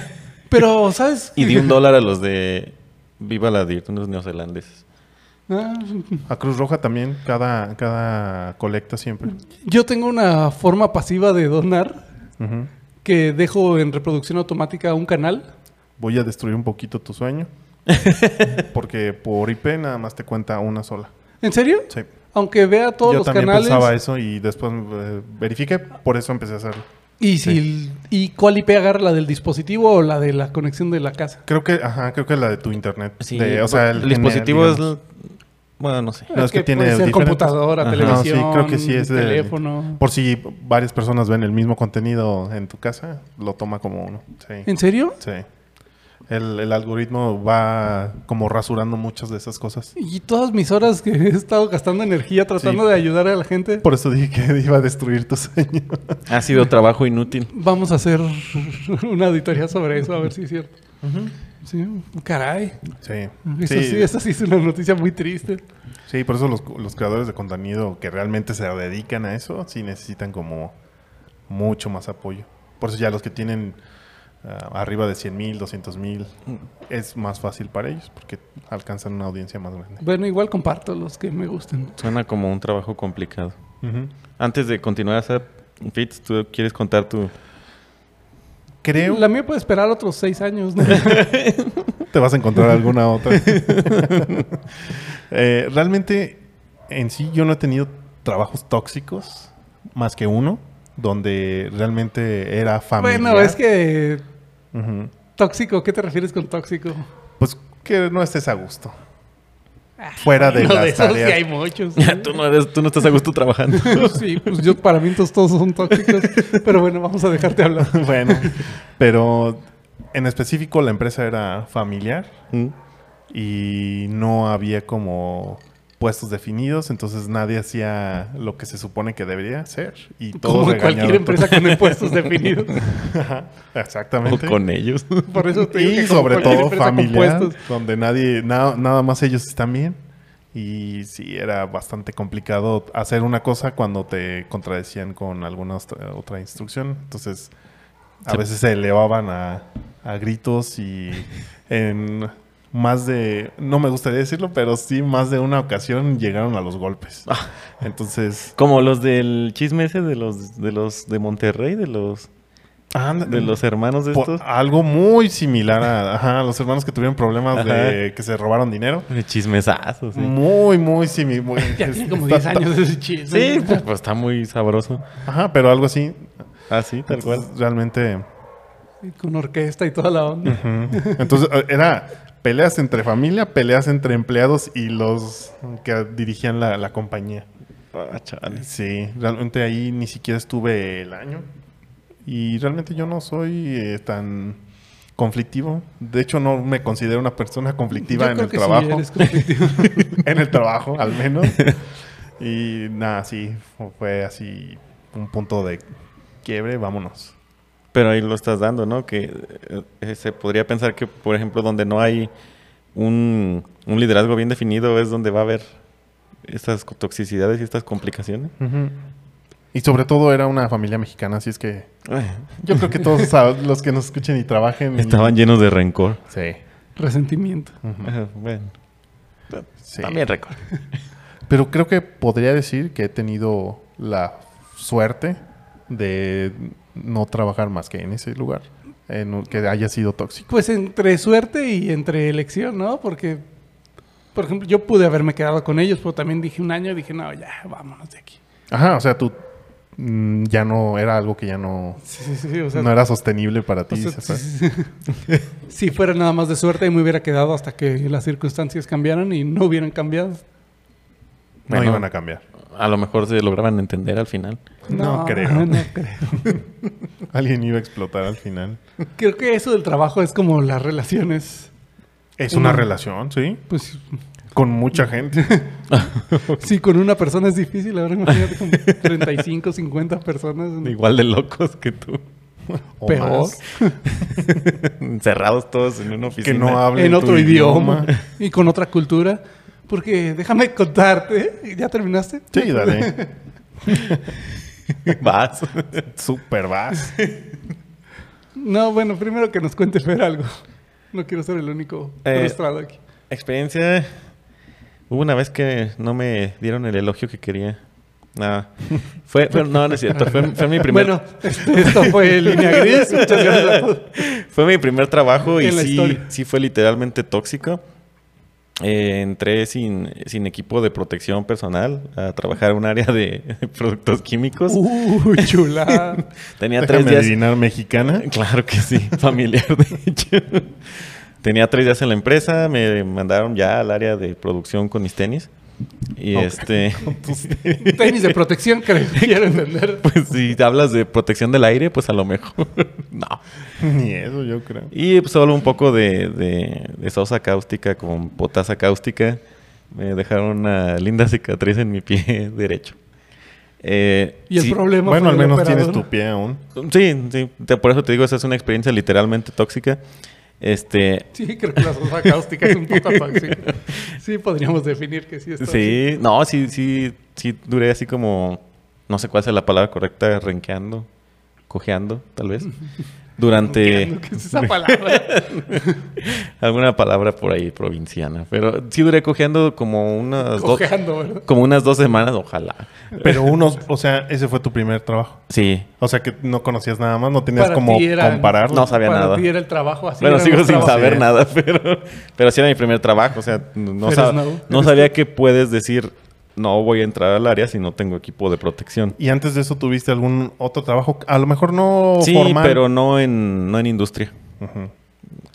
[SPEAKER 2] Pero, ¿sabes?
[SPEAKER 1] Y di un dólar a los de Viva la Dirt, unos neozelandeses.
[SPEAKER 2] Ah,
[SPEAKER 3] A Cruz Roja también, cada, cada colecta siempre.
[SPEAKER 2] yo tengo una forma pasiva de donar
[SPEAKER 3] Ujú.
[SPEAKER 2] que dejo en reproducción automática un canal.
[SPEAKER 3] Voy a destruir un poquito tu sueño. porque por IP nada más te cuenta una sola.
[SPEAKER 2] ¿En serio?
[SPEAKER 3] Sí.
[SPEAKER 2] Aunque vea todos
[SPEAKER 3] Yo
[SPEAKER 2] los
[SPEAKER 3] también
[SPEAKER 2] canales.
[SPEAKER 3] pensaba eso y después eh, verifiqué, por eso empecé a hacerlo.
[SPEAKER 2] Y si y cuál IP agarra la del dispositivo o la de la conexión de la casa.
[SPEAKER 3] Creo que, ajá, creo que la de tu internet.
[SPEAKER 1] Sí, pues,
[SPEAKER 3] De- o sea, el, general,
[SPEAKER 1] dispositivo es...
[SPEAKER 3] digamos.
[SPEAKER 1] l- Bueno, no sé.
[SPEAKER 3] No, es que tiene
[SPEAKER 2] puede ser
[SPEAKER 3] diferentes-
[SPEAKER 2] computadora,
[SPEAKER 1] Ajá.
[SPEAKER 2] televisión,
[SPEAKER 3] No, sí, creo que sí es de-
[SPEAKER 2] teléfono.
[SPEAKER 3] Por si varias personas ven el mismo contenido en tu casa, lo toma como uno. Sí.
[SPEAKER 2] ¿En serio?
[SPEAKER 3] Sí. El, el algoritmo va como rasurando muchas de esas cosas.
[SPEAKER 2] Y todas mis horas que he estado gastando energía tratando
[SPEAKER 3] Sí.
[SPEAKER 2] de ayudar a la gente,
[SPEAKER 3] Por eso dije que iba a destruir tu sueño.
[SPEAKER 1] Ha sido trabajo inútil.
[SPEAKER 2] vamos a hacer una auditoría sobre eso, a ver si es cierto. Sí, caray.
[SPEAKER 3] Sí.
[SPEAKER 2] Eso
[SPEAKER 3] Sí,
[SPEAKER 2] sí. esa sí es una noticia muy triste.
[SPEAKER 3] sí, por eso los, los creadores de contenido que realmente se dedican a eso, sí necesitan como mucho más apoyo. Por eso ya los que tienen ah, arriba de 100 mil, 200 mil, es más fácil para ellos porque alcanzan una audiencia más grande.
[SPEAKER 2] Bueno, igual comparto los que me gustan.
[SPEAKER 1] Suena como un trabajo complicado. Antes de continuar, Zap, Fitz, ¿tú quieres contar tu...?
[SPEAKER 3] Creo
[SPEAKER 2] La mía puede esperar otros seis años. ¿no?
[SPEAKER 3] Te vas a encontrar alguna otra. Eh, realmente, en sí, yo no he tenido trabajos tóxicos más que uno, donde realmente era familiar.
[SPEAKER 2] bueno, es que
[SPEAKER 3] Ujú.
[SPEAKER 2] tóxico, ¿qué te refieres con tóxico?
[SPEAKER 3] Pues que no estés a gusto. Fuera de
[SPEAKER 2] No,
[SPEAKER 3] las
[SPEAKER 2] Ah, de esos sí
[SPEAKER 3] tareas.
[SPEAKER 2] hay muchos.
[SPEAKER 1] tú, no eres- tú no estás a gusto trabajando.
[SPEAKER 2] sí, pues yo para mí entonces todos son tóxicos. Pero bueno, vamos a dejarte hablar.
[SPEAKER 3] bueno, pero en específico la empresa era familiar.
[SPEAKER 1] Mm.
[SPEAKER 3] y no había como puestos definidos, entonces nadie hacía lo que se supone que debería hacer y todos
[SPEAKER 2] Como en
[SPEAKER 3] regañaron
[SPEAKER 2] cualquier empresa con impuestos definidos.
[SPEAKER 1] O
[SPEAKER 3] exactamente.
[SPEAKER 1] con ellos.
[SPEAKER 2] Por eso te digo
[SPEAKER 3] y
[SPEAKER 2] que como
[SPEAKER 3] sobre
[SPEAKER 2] cualquier
[SPEAKER 3] todo
[SPEAKER 2] empresa con
[SPEAKER 3] familiar,
[SPEAKER 2] puestos.
[SPEAKER 3] donde nadie na- nada más ellos están bien Y sí, era bastante complicado hacer una cosa cuando te contradecían con alguna otra otra instrucción. Entonces, a
[SPEAKER 1] Se-
[SPEAKER 3] veces se elevaban a, a gritos y en más de, no me gustaría decirlo, pero sí, más de una ocasión llegaron a los golpes.
[SPEAKER 2] Ah.
[SPEAKER 3] Entonces,
[SPEAKER 1] Como los del chisme ese de los de los de Monterrey, de los
[SPEAKER 2] Ah,
[SPEAKER 1] de los hermanos de
[SPEAKER 3] por-
[SPEAKER 1] estos.
[SPEAKER 3] algo muy similar a, ajá, a los hermanos que tuvieron problemas de que se robaron dinero.
[SPEAKER 1] Chismesazos, sí.
[SPEAKER 3] Muy, muy similar.
[SPEAKER 2] Ya tiene como 10 años ese chisme.
[SPEAKER 1] Sí, pues, pues, está muy sabroso.
[SPEAKER 3] Ajá, pero algo así.
[SPEAKER 1] Ah, sí, tal cual.
[SPEAKER 3] Entonces, Realmente.
[SPEAKER 2] Y Con orquesta y toda la onda.
[SPEAKER 3] ujú. Entonces, eh, era peleas entre familia, peleas entre empleados y los que dirigían la, la compañía.
[SPEAKER 1] Ah, chale.
[SPEAKER 3] Sí, realmente ahí ni siquiera estuve el año. Y realmente yo no soy eh, tan conflictivo. De hecho, no me considero una persona conflictiva
[SPEAKER 2] Yo
[SPEAKER 3] en
[SPEAKER 2] creo
[SPEAKER 3] el
[SPEAKER 2] que sí,
[SPEAKER 3] trabajo.
[SPEAKER 2] eres conflictivo.
[SPEAKER 3] en el trabajo, al menos. Y nada, sí, fu- fue así un punto de quiebre, vámonos.
[SPEAKER 1] Pero ahí lo estás dando, ¿no? Que eh, eh, se podría pensar que, por ejemplo, donde no hay un, un liderazgo bien definido es donde va a haber estas co- toxicidades y estas complicaciones.
[SPEAKER 3] Y sobre todo era una familia mexicana, así es que yo creo que todos sab- los que nos escuchen y trabajen...
[SPEAKER 1] Estaban llenos de rencor.
[SPEAKER 3] Sí.
[SPEAKER 2] Resentimiento.
[SPEAKER 3] ujú,
[SPEAKER 1] Ajá, Bueno,
[SPEAKER 3] sí.
[SPEAKER 1] también rencor.
[SPEAKER 3] Pero creo que podría decir que he tenido la suerte de no trabajar más que en ese lugar, en un- que haya sido tóxico.
[SPEAKER 2] Pues entre suerte y entre elección, ¿no? Porque, por ejemplo, yo pude haberme quedado con ellos, pero también dije un año, dije, no, ya, vámonos de aquí.
[SPEAKER 3] Ajá, o sea, tú mm, ya no era algo que ya no,
[SPEAKER 2] Sí, sí, sí. O sea,
[SPEAKER 3] no era sostenible para
[SPEAKER 2] o
[SPEAKER 3] ti.
[SPEAKER 2] sea,
[SPEAKER 3] se
[SPEAKER 2] sí,
[SPEAKER 3] fue.
[SPEAKER 2] sí, sí. si fuera nada más de suerte, me hubiera quedado hasta que las circunstancias cambiaran y no hubieran cambiado.
[SPEAKER 3] No
[SPEAKER 1] Bueno.
[SPEAKER 3] iban a cambiar.
[SPEAKER 1] A lo mejor se lograban entender al final.
[SPEAKER 3] No creo.
[SPEAKER 2] no creo.
[SPEAKER 3] Alguien iba a explotar al final.
[SPEAKER 2] Creo que eso del trabajo es como las relaciones.
[SPEAKER 3] Es una
[SPEAKER 2] Mm.
[SPEAKER 3] relación, sí.
[SPEAKER 2] Pues
[SPEAKER 3] Con mucha gente.
[SPEAKER 2] sí, con una persona es difícil. Ahora imagínate con 35, 50 personas.
[SPEAKER 1] Igual de locos que tú.
[SPEAKER 3] O
[SPEAKER 2] Peor.
[SPEAKER 3] más.
[SPEAKER 1] Encerrados todos en una
[SPEAKER 3] Que
[SPEAKER 1] oficina.
[SPEAKER 3] no hablen
[SPEAKER 2] en
[SPEAKER 3] tu
[SPEAKER 2] otro idioma. y con otra cultura. Porque déjame contarte, ¿ya terminaste?
[SPEAKER 3] Sí, dale.
[SPEAKER 1] Vas.
[SPEAKER 3] Super vas.
[SPEAKER 2] No, bueno, primero que nos cuentes ver algo. No quiero ser el único
[SPEAKER 1] Eh,
[SPEAKER 2] frustrado aquí.
[SPEAKER 1] Experiencia. Hubo una vez que no me dieron el elogio que quería. Nada. Fue, fue- no, no es cierto. Fue, fue mi primer.
[SPEAKER 2] Bueno, esto, esto fue Línea Gris. Muchas gracias a todos.
[SPEAKER 1] Fue mi primer trabajo y
[SPEAKER 2] En la
[SPEAKER 1] sí,
[SPEAKER 2] historia.
[SPEAKER 1] sí fue literalmente tóxico. Eh, entré sin, sin equipo de protección personal a trabajar en un área de productos químicos.
[SPEAKER 2] Uy, chula.
[SPEAKER 1] Tenía
[SPEAKER 3] Déjame
[SPEAKER 1] tres días.
[SPEAKER 3] adivinar mexicana.
[SPEAKER 1] Claro que sí, familiar de hecho. Tenía tres días en la empresa, me mandaron ya al área de producción con mis tenis. Y
[SPEAKER 3] Ok.
[SPEAKER 1] este,
[SPEAKER 2] Tenis de protección, creo. Quiero entender.
[SPEAKER 1] pues si hablas de protección del aire, pues a lo mejor. no.
[SPEAKER 3] Ni eso, yo creo.
[SPEAKER 1] Y pues, solo un poco de, de- de sosa cáustica con potasa cáustica. Me dejaron una linda cicatriz en mi pie derecho. Eh,
[SPEAKER 2] Y el
[SPEAKER 1] sí,
[SPEAKER 2] problema
[SPEAKER 3] Bueno,
[SPEAKER 2] fue
[SPEAKER 3] al
[SPEAKER 2] el
[SPEAKER 3] menos
[SPEAKER 2] operador.
[SPEAKER 3] tienes tu pie aún.
[SPEAKER 1] Sí, sí, te- por eso te digo, esa es una experiencia literalmente tóxica. Este,
[SPEAKER 2] Sí, creo que la sosa cáustica es un poco tóxica. Sí, podríamos definir que sí es tóxica.
[SPEAKER 1] Sí, no, sí, sí, sí, duré así como, no sé cuál sea la palabra correcta, renqueando, cojeando, tal vez, durante
[SPEAKER 2] ¿Qué es esa palabra?
[SPEAKER 1] alguna palabra por ahí provinciana, pero sí duré cojeando como unas, do-
[SPEAKER 2] Cojeando, ¿verdad?
[SPEAKER 1] como unas dos semanas, ojalá.
[SPEAKER 3] Pero unos, o sea, ese fue tu primer trabajo.
[SPEAKER 1] Sí,
[SPEAKER 3] O sea, que no conocías nada más, no tenías
[SPEAKER 2] Para
[SPEAKER 3] como
[SPEAKER 2] ti era-
[SPEAKER 3] compararlo.
[SPEAKER 1] No sabía
[SPEAKER 2] Para
[SPEAKER 1] nada.
[SPEAKER 2] ti era el trabajo así.
[SPEAKER 1] bueno,
[SPEAKER 2] era
[SPEAKER 1] sigo
[SPEAKER 2] el
[SPEAKER 1] sin
[SPEAKER 2] trabajo.
[SPEAKER 1] saber
[SPEAKER 3] Sí.
[SPEAKER 1] nada, pero, pero sí era mi primer trabajo, o sea, no,
[SPEAKER 2] Eres
[SPEAKER 1] sab-
[SPEAKER 2] nuevo.
[SPEAKER 1] no sabía que puedes decir, no voy a entrar al área si no tengo equipo de protección.
[SPEAKER 3] Y antes de eso tuviste algún otro trabajo, a lo mejor no
[SPEAKER 1] Sí,
[SPEAKER 3] formal.
[SPEAKER 1] pero no en, no en industria.
[SPEAKER 3] Ujú.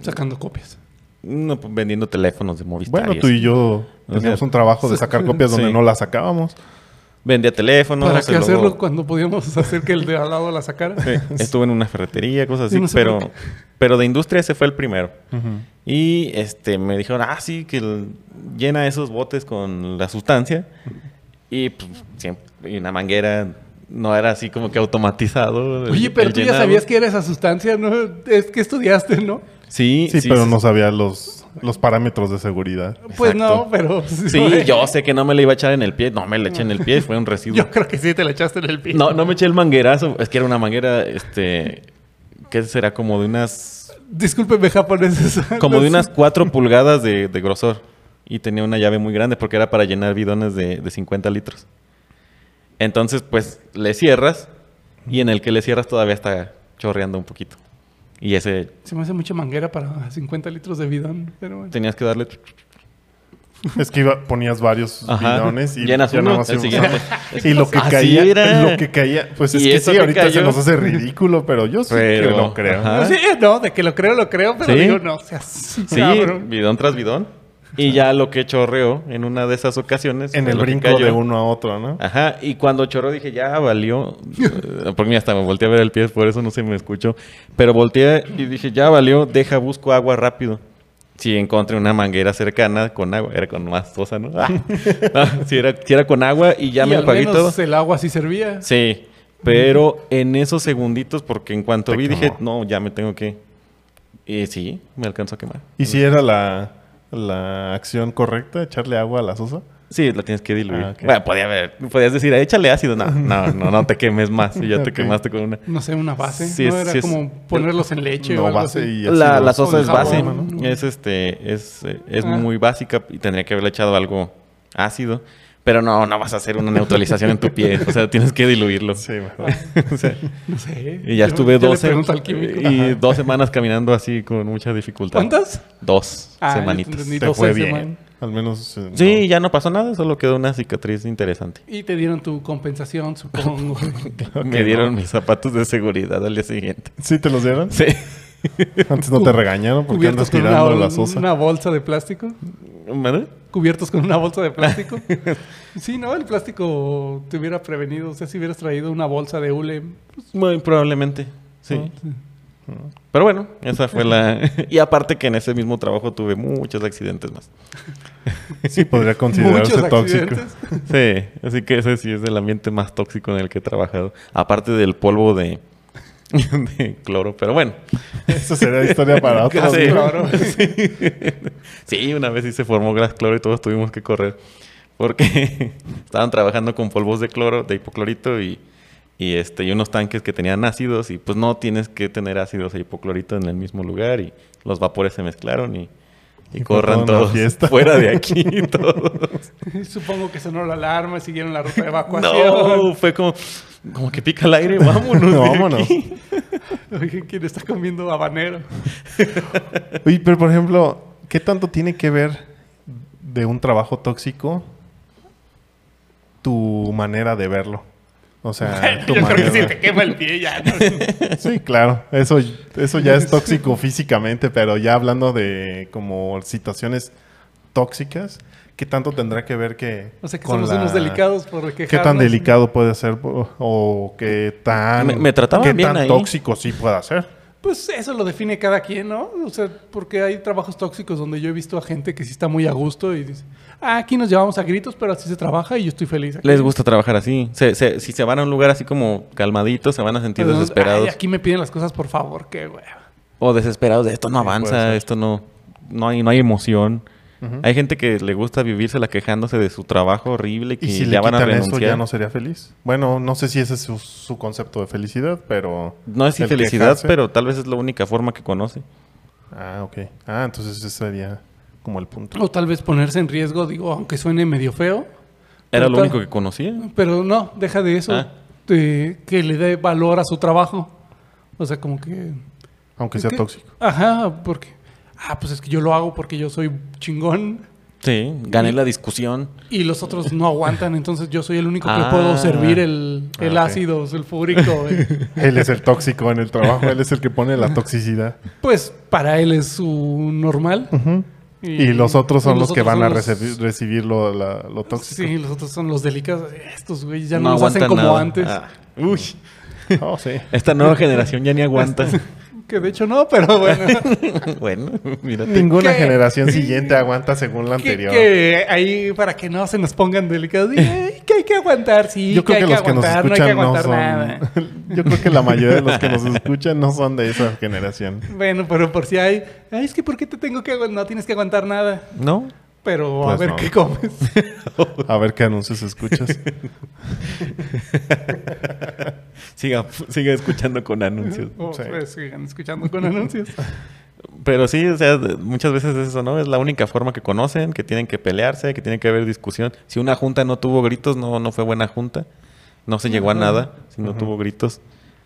[SPEAKER 2] Sacando copias.
[SPEAKER 1] No, pues, vendiendo teléfonos de Movistar.
[SPEAKER 3] Bueno,
[SPEAKER 1] y
[SPEAKER 3] tú
[SPEAKER 1] eso.
[SPEAKER 3] y yo teníamos un trabajo de sacar copias donde
[SPEAKER 1] Sí.
[SPEAKER 3] no las sacábamos.
[SPEAKER 1] Vendía teléfonos.
[SPEAKER 2] ¿Para
[SPEAKER 1] y
[SPEAKER 2] qué
[SPEAKER 1] luego,
[SPEAKER 2] hacerlo cuando podíamos hacer que el de al lado la sacara?
[SPEAKER 1] eh, estuve en una ferretería, cosas así,
[SPEAKER 2] Yo no sé
[SPEAKER 1] pero,
[SPEAKER 2] por qué.
[SPEAKER 1] pero de industria ese fue el primero.
[SPEAKER 3] Ujú.
[SPEAKER 1] Y este me dijeron, ah, sí, que el- llena esos botes con la sustancia. Y pues siempre, y una manguera no era así como que automatizado. el-
[SPEAKER 2] Oye, pero
[SPEAKER 1] el
[SPEAKER 2] tú ya
[SPEAKER 1] llenado.
[SPEAKER 2] sabías que era esa sustancia, ¿no? Es que estudiaste, ¿no?
[SPEAKER 1] Sí,
[SPEAKER 3] Sí, pero
[SPEAKER 1] sí,
[SPEAKER 3] no sabía los los parámetros de seguridad.
[SPEAKER 2] Pues
[SPEAKER 1] Exacto.
[SPEAKER 2] no, pero.
[SPEAKER 1] Sí, yo sé que no me la iba a echar en el pie. No me la eché en el pie, fue un residuo.
[SPEAKER 2] Yo creo que sí te la echaste en el pie.
[SPEAKER 1] No, no me eché el manguerazo. Es que era una manguera, este... ¿Qué será? Como de unas...
[SPEAKER 2] Discúlpeme, japoneses.
[SPEAKER 1] Como
[SPEAKER 2] Los-
[SPEAKER 1] de unas 4 pulgadas de, de grosor. Y tenía una llave muy grande porque era para llenar bidones de, de 50 litros. Entonces, pues, le cierras. Y en el que le cierras todavía está chorreando un poquito. Y ese...
[SPEAKER 2] Se me hace mucha manguera para 50 litros de bidón. Pero bueno.
[SPEAKER 1] Tenías que darle...
[SPEAKER 3] Es que iba, ponías varios
[SPEAKER 1] Ajá.
[SPEAKER 3] bidones y
[SPEAKER 1] Llenas
[SPEAKER 3] ya
[SPEAKER 1] uno,
[SPEAKER 3] nada más
[SPEAKER 1] el
[SPEAKER 3] íbamos
[SPEAKER 1] siguiente.
[SPEAKER 3] dando. Y lo que
[SPEAKER 1] Así
[SPEAKER 3] caía,
[SPEAKER 1] era.
[SPEAKER 3] lo que caía, pues es
[SPEAKER 1] Y
[SPEAKER 3] que
[SPEAKER 1] eso
[SPEAKER 3] sí,
[SPEAKER 1] que
[SPEAKER 3] ahorita se
[SPEAKER 1] cayó.
[SPEAKER 3] nos hace ridículo, pero yo sí que
[SPEAKER 1] Pero,
[SPEAKER 3] lo creo.
[SPEAKER 1] ajá.
[SPEAKER 2] Sí, no, de que lo creo, lo creo, pero
[SPEAKER 1] ¿Ah? Sí.
[SPEAKER 2] digo, no, o sea, sí,
[SPEAKER 1] Sí, bidón tras bidón. Y ya lo que chorreó en una de esas ocasiones... pues
[SPEAKER 3] En
[SPEAKER 1] fue
[SPEAKER 3] el
[SPEAKER 1] lo que
[SPEAKER 3] brinco
[SPEAKER 1] cayó. Ah.
[SPEAKER 3] de uno a otro, ¿no?
[SPEAKER 1] Ajá, y cuando choró dije, ya valió. Eh, Por mí hasta me volteé a ver el pie, por eso no se me escuchó. Pero volteé y dije, ya valió, deja, busco agua rápido. Si encontré una manguera cercana con agua, era con más tosa, ¿no? Ah, si, era, sí era con agua y ya
[SPEAKER 2] Y
[SPEAKER 1] me
[SPEAKER 2] al
[SPEAKER 1] lo pagué
[SPEAKER 2] menos
[SPEAKER 1] todo.
[SPEAKER 2] El agua sí servía.
[SPEAKER 1] Sí, pero en esos segunditos, porque en cuanto
[SPEAKER 3] Te
[SPEAKER 1] vi dije, no,
[SPEAKER 3] quemó.
[SPEAKER 1] ya me tengo que. Y sí, me alcanzó a quemar.
[SPEAKER 3] Y si era la, la acción correcta, echarle agua a la sosa.
[SPEAKER 1] Sí, la tienes que diluir.
[SPEAKER 3] Ah, ok.
[SPEAKER 1] Bueno, podía haber- podías decir, échale ácido. No, no, no, no te quemes más. Y ya te
[SPEAKER 3] Ok.
[SPEAKER 1] quemaste con una.
[SPEAKER 2] No sé, una base.
[SPEAKER 1] Sí,
[SPEAKER 2] no
[SPEAKER 1] es-
[SPEAKER 2] era
[SPEAKER 1] sí es-
[SPEAKER 2] como ponerlos en leche o
[SPEAKER 3] No
[SPEAKER 2] algo
[SPEAKER 3] base
[SPEAKER 2] así.
[SPEAKER 3] y
[SPEAKER 1] La,
[SPEAKER 3] ácido.
[SPEAKER 1] la sosa
[SPEAKER 2] O
[SPEAKER 1] es
[SPEAKER 2] de
[SPEAKER 1] base,
[SPEAKER 2] jabón, ¿no?
[SPEAKER 1] es este, es, eh, es
[SPEAKER 2] Ah.
[SPEAKER 1] muy básica y tendría que haberle echado algo ácido, pero no, no vas a hacer una neutralización en tu pie, o sea, tienes que diluirlo.
[SPEAKER 3] Sí, güey.
[SPEAKER 1] O sea,
[SPEAKER 2] No sé.
[SPEAKER 1] y ya
[SPEAKER 2] Yo-
[SPEAKER 1] estuve
[SPEAKER 2] yo le
[SPEAKER 1] 12
[SPEAKER 2] pregunto al químico.
[SPEAKER 1] y dos semanas caminando así con mucha dificultad.
[SPEAKER 2] ¿Cuántas?
[SPEAKER 1] Dos
[SPEAKER 2] Ah, yo
[SPEAKER 1] semanitas.
[SPEAKER 2] entendí. Y
[SPEAKER 3] Te
[SPEAKER 2] doce
[SPEAKER 3] fue bien.
[SPEAKER 2] semanas.
[SPEAKER 3] Al menos. eh,
[SPEAKER 1] Sí, ya no pasó nada, solo quedó una cicatriz interesante.
[SPEAKER 2] Y te dieron tu compensación, supongo.
[SPEAKER 3] no.
[SPEAKER 1] Me dieron mis zapatos de seguridad al día siguiente.
[SPEAKER 3] ¿Sí te los dieron?
[SPEAKER 1] Sí.
[SPEAKER 3] Antes no te regañaron porque
[SPEAKER 2] Cubiertos
[SPEAKER 3] andas
[SPEAKER 2] con una,
[SPEAKER 3] tirando la sosa.
[SPEAKER 2] una bolsa de plástico.
[SPEAKER 1] ¿Madre?
[SPEAKER 2] Cubiertos con una bolsa de plástico. sí, ¿no? El plástico te hubiera prevenido. O sea, si hubieras traído una bolsa de hule.
[SPEAKER 1] Muy probablemente, sí.
[SPEAKER 2] ¿no?
[SPEAKER 1] Pero bueno, esa fue la... y aparte que en ese mismo trabajo tuve muchos accidentes más.
[SPEAKER 3] Sí, podría
[SPEAKER 2] Muchos
[SPEAKER 3] considerarse tóxico.
[SPEAKER 2] accidentes.
[SPEAKER 1] Sí, así que ese sí es el ambiente más tóxico en el que he trabajado. Aparte del polvo de, de cloro, pero bueno.
[SPEAKER 3] Esa sería historia para otro.
[SPEAKER 2] Gas
[SPEAKER 1] Sí.
[SPEAKER 3] día.
[SPEAKER 2] cloro.
[SPEAKER 1] Sí. Sí, una vez sí se formó gas cloro y todos tuvimos que correr. Porque estaban trabajando con polvos de cloro, de hipoclorito y, y, este, y unos tanques que tenían ácidos. Y pues no tienes que tener ácidos e hipoclorito en el mismo lugar. Y los vapores se mezclaron y, y
[SPEAKER 3] Y fue
[SPEAKER 1] corran
[SPEAKER 3] toda una
[SPEAKER 1] todos
[SPEAKER 3] fiesta.
[SPEAKER 1] fuera de aquí. Todos.
[SPEAKER 2] Supongo que sonó la alarma, siguieron la ruta de
[SPEAKER 1] No,
[SPEAKER 2] evacuación.
[SPEAKER 1] fue como, como que pica el aire, vámonos. de
[SPEAKER 3] Vámonos.
[SPEAKER 1] aquí.
[SPEAKER 2] Oye, ¿quién está comiendo habanero?
[SPEAKER 3] Oye, pero por ejemplo, ¿qué tanto tiene que ver de un trabajo tóxico tu manera de verlo? O sea, tu
[SPEAKER 2] Yo creo que
[SPEAKER 3] manera.
[SPEAKER 2] si te quema el pie ya. ¿no?
[SPEAKER 3] Sí, claro. Eso, eso ya es tóxico físicamente, pero ya hablando de como situaciones tóxicas, ¿qué tanto tendrá que ver que.
[SPEAKER 2] O sea, que
[SPEAKER 3] con
[SPEAKER 2] somos
[SPEAKER 3] la-
[SPEAKER 2] unos delicados por quejarnos.
[SPEAKER 3] ¿Qué tan delicado puede ser? O, o qué tan.
[SPEAKER 1] Me- me trataban
[SPEAKER 3] ¿Qué
[SPEAKER 1] bien
[SPEAKER 3] tan
[SPEAKER 1] ahí.
[SPEAKER 3] tóxico sí pueda ser?
[SPEAKER 2] Pues eso lo define cada quien, ¿no? O sea, porque hay trabajos tóxicos donde yo he visto a gente que sí está muy a gusto y dice, ah, aquí nos llevamos a gritos, pero así se trabaja y yo estoy feliz. Aquí.
[SPEAKER 1] Les gusta trabajar así. Se- se- si se van a un lugar así como calmaditos, se van a sentir
[SPEAKER 2] Pero,
[SPEAKER 1] desesperados.
[SPEAKER 2] "Ay, aquí me piden las cosas, por favor, qué hueva.
[SPEAKER 1] O desesperados de esto no
[SPEAKER 3] Sí, puede ser.
[SPEAKER 1] avanza, esto no, no hay, no hay emoción. Hay gente que le gusta vivírsela quejándose de su trabajo horrible que
[SPEAKER 3] Y si le
[SPEAKER 1] ya van a
[SPEAKER 3] quitan
[SPEAKER 1] renunciar.
[SPEAKER 3] eso, ya
[SPEAKER 1] no,
[SPEAKER 3] no sería feliz. Bueno, no sé si ese es su, su concepto de felicidad, pero.
[SPEAKER 1] es
[SPEAKER 3] el
[SPEAKER 1] infelicidad,
[SPEAKER 3] quejarse-
[SPEAKER 1] pero tal vez es la única forma que conoce.
[SPEAKER 3] Ah, ok. Ah, entonces ese sería como el punto.
[SPEAKER 2] O tal vez ponerse en riesgo, digo, aunque suene medio feo,
[SPEAKER 1] Era lo
[SPEAKER 2] Total.
[SPEAKER 1] único que conocía.
[SPEAKER 2] pero no, deja de eso,
[SPEAKER 1] Ah.
[SPEAKER 2] eh, que le dé valor a su trabajo. O sea, como que...
[SPEAKER 3] Aunque sea
[SPEAKER 2] ¿Qué?
[SPEAKER 3] tóxico.
[SPEAKER 2] Ajá, porque... Ah, pues es que yo lo hago porque yo soy chingón.
[SPEAKER 1] Sí, gané la discusión.
[SPEAKER 2] Y los otros no aguantan, entonces yo soy el único que
[SPEAKER 1] Ah.
[SPEAKER 2] puedo servir el,
[SPEAKER 3] Ah,
[SPEAKER 2] el
[SPEAKER 3] ok.
[SPEAKER 2] ácido sulfúrico. eh.
[SPEAKER 3] Él es el tóxico en el trabajo, él es el que pone la toxicidad.
[SPEAKER 2] pues para él es su normal.
[SPEAKER 3] Y, los otros son
[SPEAKER 2] y
[SPEAKER 3] los, que
[SPEAKER 2] otros
[SPEAKER 3] van a
[SPEAKER 2] son los-
[SPEAKER 3] recibir, recibir lo, la- lo tóxico.
[SPEAKER 2] Sí, los otros son los delicados. Estos güeyes ya no, los
[SPEAKER 1] aguantan Ah.
[SPEAKER 2] hacen como
[SPEAKER 1] nada.
[SPEAKER 2] antes.
[SPEAKER 1] Ah, uy,
[SPEAKER 3] Oh, sí.
[SPEAKER 1] esta nueva generación ya ni aguanta.
[SPEAKER 2] Que de hecho no, pero bueno.
[SPEAKER 1] bueno, mírate.
[SPEAKER 3] Ninguna
[SPEAKER 2] ¿Qué?
[SPEAKER 3] generación siguiente aguanta según la
[SPEAKER 2] que,
[SPEAKER 3] anterior.
[SPEAKER 2] que ahí para que no se nos pongan delicados. "Ay, Que hay que aguantar, sí.
[SPEAKER 3] Yo creo que,
[SPEAKER 2] hay
[SPEAKER 3] los que nos
[SPEAKER 2] aguantar,
[SPEAKER 3] escuchan
[SPEAKER 2] no
[SPEAKER 3] no,
[SPEAKER 2] hay que
[SPEAKER 3] son.
[SPEAKER 2] aguantar nada.
[SPEAKER 3] Yo creo que la mayoría de los que nos escuchan no son de esa generación.
[SPEAKER 2] Bueno, pero por si hay. "Ay, es que ¿por qué te tengo que aguantar? No tienes que aguantar nada.
[SPEAKER 1] ¿No?
[SPEAKER 2] Pero a
[SPEAKER 3] Pues
[SPEAKER 2] ver
[SPEAKER 3] no.
[SPEAKER 2] qué comes.
[SPEAKER 3] A ver qué anuncios escuchas.
[SPEAKER 1] Siga, siga escuchando con anuncios.
[SPEAKER 2] O,
[SPEAKER 3] Sí.
[SPEAKER 2] pues, sigan escuchando con anuncios.
[SPEAKER 1] Pero sí, o sea, de- muchas veces es eso, ¿no? Es la única forma que conocen, que tienen que pelearse, que tiene que haber discusión. Si una junta no tuvo gritos, no, no fue buena junta. No se llegó a
[SPEAKER 2] Ajá.
[SPEAKER 1] nada si no
[SPEAKER 3] Ajá.
[SPEAKER 1] tuvo gritos.